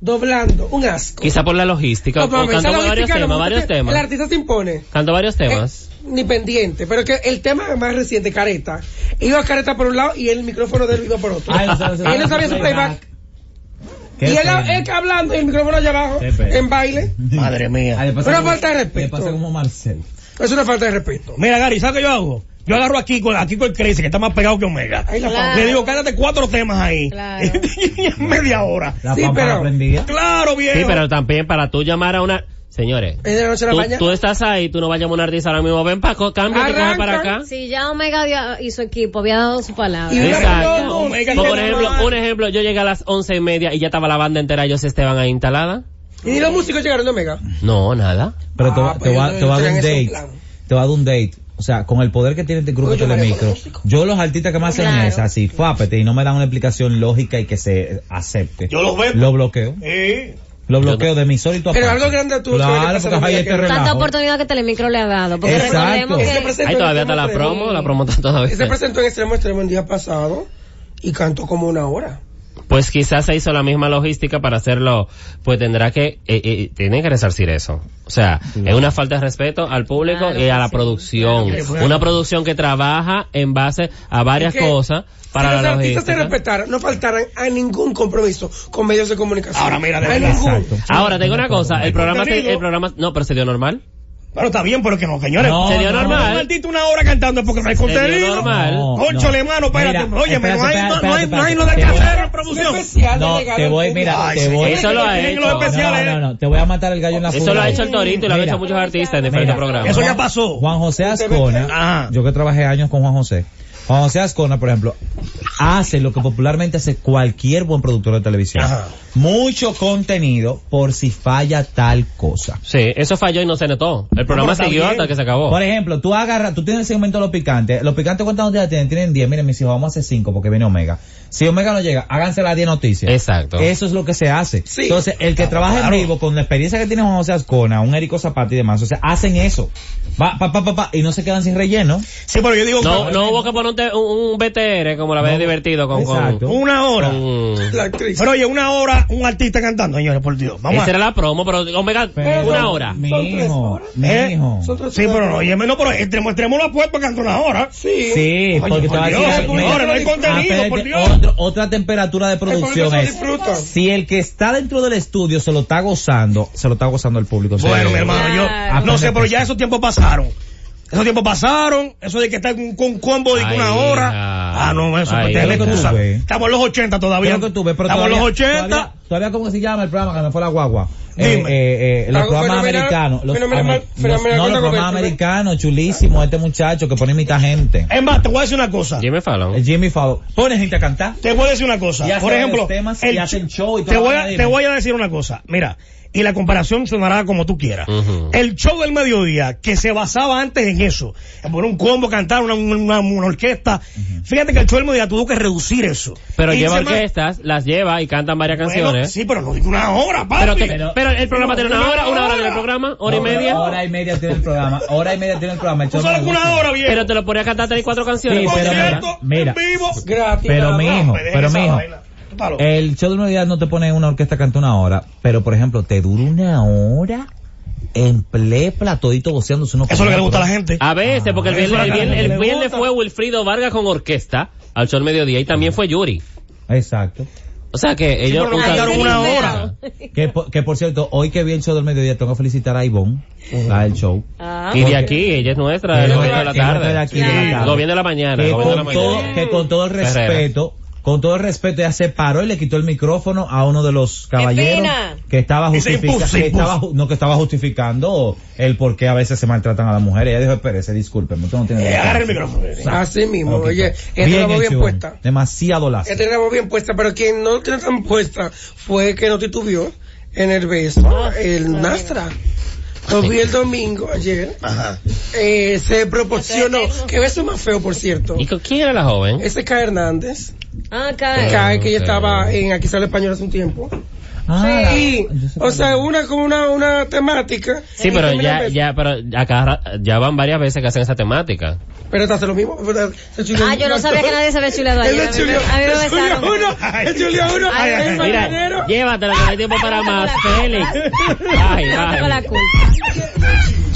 Doblando, un asco. quizá por la logística, No, o pero cantó esa logística, varios lo temas, mismo varios que El temas. artista se impone. Cantó varios temas. Eh, ni pendiente. Pero que el tema más reciente, Careta. Iba Careta por un lado y el micrófono del video por otro. Ah, él sabe- él no sabía su playback. ah, Qué Y él, pena. él hablando y el micrófono allá abajo, Qué pena. en baile. Madre Ah, mía. le pasa Una como- falta de Le respeto. pasa como Marcel. Es una falta de respeto. Mira, Gary, ¿sabes qué yo hago? Yo agarro aquí con aquí con el Crazy, que está más pegado que Omega. Ahí la Claro. falta. Le digo, cállate cuatro temas ahí. Claro. Y en media hora. La Sí, pampa pero- la prendía. Claro, eh, viejo. Sí, pero también para tú llamar a una... Señores, Es de la noche a Eh, la tú, mañana. tú estás ahí, tú no vas a llamar a un artista ahora mismo. Ven, Paco, cambia, te coge Arranca. para acá. Si ya Omega había- y su equipo había dado su palabra. Y una Exacto. no, no, Omega Como por tiene ejemplo, más. un ejemplo, yo llegué a las once y media y ya estaba la banda entera, ellos estaban ahí instalada. Y ni los músicos llegaron de Omega. No, nada. Pero te, Ah, va- pues te va, ellos te va a dar un tenían date. ese plan. Te va a dar un date. O sea, con el poder que tiene este grupo Oye, yo me haría Telemicro, con los yo los artistas que me hacen Claro. es así, fápete y no me dan una explicación lógica y que se acepte. Yo los veo. Lo bloqueo. Sí. Lo bloqueo de mi solito Pero aparte. algo grande tú, que le Claro, pasa a porque la hay vida este que- relajo. Tanta oportunidad que Telemicro le ha dado. Porque Exacto. recordemos Ese que... presentó Ahí en todavía está Extremo la Extremo. promo, la promo está Y Se todavía. presentó en Extremo Extremo el día pasado y cantó como una hora. Pues quizás se hizo la misma logística para hacerlo, pues tendrá que, eh, eh, tiene que resarcir eso. O sea, es una falta de respeto al público Claro y a que la sí. producción. Claro que sí. Una producción que trabaja en base a varias Es que cosas si para los la artistas se logística. respetaran, no faltaran a ningún compromiso con medios de comunicación. Ahora mira, de A verdad, ningún. exacto. Ahora, tengo una cosa, el programa, se- contenido. el programa, no, pero se dio normal. Pero está bien, pero que no, señores. No, Sería no, normal. Un artista una hora cantando porque no hay contenido. normal. No, Cónchale, no. mano, espérate. Mira, Oye, no hay, espérate, no, no hay, no hay, no espérate, hay que espérate. hacer Qué producción. especial No, delegado te voy, tú. mira, Ay, te voy. Eso lo ha Tienen los hecho. especiales. No, no, no, te voy a matar el gallo en la Eso funda. lo ha hecho el Torito y lo han Mira. hecho muchos artistas en diferentes Mira, programas. Eso ya pasó. Juan José Ascona, Ajá. yo que trabajé años con Juan José, Juan José Ascona, por ejemplo, hace lo que popularmente hace cualquier buen productor de televisión. Ajá. Mucho contenido por si falla tal cosa. Sí, eso falló y no se notó. El programa pero está siguió bien. hasta que se acabó. Por ejemplo, tú agarras, tú tienes el segmento de los picantes. Los picantes, ¿cuántas noticias tienen? Tienen 10. Miren, mis hijos, vamos a hacer 5 porque viene Omega. Si Omega no llega, háganse las 10 noticias. Exacto. Eso es lo que se hace. Sí. Entonces, el que trabaja en vivo con la experiencia que tiene Juan José Ascona, un Érico Zapata y demás, o sea, hacen eso. Va, pa, pa, pa, pa, y no se quedan sin relleno. Sí, pero yo digo No, que- no hubo que poner un un, te- un- un BTR como la vez divertido con, con- Exacto. Una hora. con- La actriz. Pero oye, una hora, un artista cantando, señores, por Dios. Vamos Esa a... era la promo, pero Omega, Pero- una hora. Mi Son tres hijo, horas. mi ¿Eh? hijo. Son tres Sí, pero horas. no, oye, no, pero eh, tenemos, tenemos una puerta para cantar una hora. Sí. Sí, Oye, porque te por voy a Dios, decir, mira, señores, no hay contenido, espérate, por Dios. otro- otra temperatura de Es por eso producción se es. disfruta. Si el que está dentro del estudio se lo está gozando, se lo está gozando el público. Bueno, Sí. mi hermano, yo eh, Claro. no sé, pero ya esos tiempos pasaron. Esos tiempos pasaron, eso de que está con con combo de que una Ay, hora. hija. Ah, no, eso, Ay, pues, te- hija. tú sabes. Tuve. Estamos en los 80 todavía. Creo que tú ves, pero Estamos en los todavía- 80. Todavía, todavía, ¿cómo se llama el programa cuando fue la guagua? Eh, Dime. eh, eh, los Algo programas fenomenal, americanos. Los, fenomenal, amer- los- fenomenal, cuenta no, los con programas esto, ¿eh? americanos, chulísimo este muchacho que pone mitad gente. Es más, te voy a decir una cosa. Jimmy Fallon. El Jimmy Fallon. Pone gente a cantar. Te voy a decir una cosa. Y hace Por ejemplo, varios temas y hace el show y toda te, la voy a, vaina, te dime. voy a decir una cosa. Mira, y la comparación sonará como tú quieras. Ujú. El show del mediodía, que se basaba antes en eso, en poner un combo, cantar una, una, una orquesta. Fíjate que el show del mediodía tuvo que reducir eso. Pero Y lleva se ma- orquestas, las lleva y cantan varias Bueno, canciones. sí, pero no digo una hora, papi. ¿eh? Pero, que- pero el programa tiene una una hora, una hora hora. del programa, hora y No, media. Hora y media tiene el programa. Hora y media tiene el programa. El Tú show sabes que me gusta. una hora, viejo. Pero te lo podría cantar tres, cuatro canciones. Sí, por pero semana. Concierto mira, en vivo. Gratis. Pero nada mi más. hijo, pues, deja pero esa mi hijo. vaina. Tú palo. Eh, El show de una unidad no te pone una orquesta canta una hora, pero por ejemplo, te dura una hora en plepla, todito voceándose uno Eso es lo que le gusta a la gente. A veces, porque el Ah, eso es viernes, el la viernes- cara que el le viernes gusta. fue Wilfrido Vargas con orquesta al sol mediodía y también fue Yuri. Exacto. O sea que ellos pero no usan- cantaron una hora. Que, po- que por cierto, hoy que vi el show del mediodía, tengo que felicitar a Ivonne, la del show. Ah. Y de aquí, ella es nuestra, de Que las no cuatro de la era- que no era de tarde. aquí de Sí. la tarde. Lo viene de la mañana, que, lo viene de la con todo, mañana. que con todo el Ferrera. respeto, con todo el respeto, ella se paró y le quitó el micrófono a uno de los caballeros pena! que estaba Y se impuso, justificando, se que impuso. estaba ju- no que estaba justificando el por qué a veces se maltratan a las mujeres. Ella dijo, espérese, discúlpeme, usted no tiene Eh, derecho". agarra el micrófono. Así mismo, Ok. pues. oye, pues. esta la voz bien hecho, puesta. Demasiado lazo. Esta la voz bien puesta, pero quien no tiene tan puesta fue que no titubió en el beso, el Nastra. Ah, Lo vi el domingo ayer. Eh, se proporcionó, que beso más feo, por cierto. ¿Y con quién era la joven? Ese K. Hernández, Ah, cae. K. que ella ok. estaba en Aquí sale español hace un tiempo. Ah, la- Y, o sea, una como una, una temática. Sí, pero Y ya, terminan- ya, pero acá ra- ya van varias veces que hacen esa temática. Pero te hace lo mismo. ¿verdad? Se chuleó Ah, yo no un sabía actor. que nadie se había chulado ayer. A Él le mí me- chuleó, a mí me le chuleó besaron. uno, le chuleó uno, Ay, ay, el ay. Mira, mañanero. llévatela que no hay tiempo para más, Félix. Ay, Yo no tengo la ay. culpa.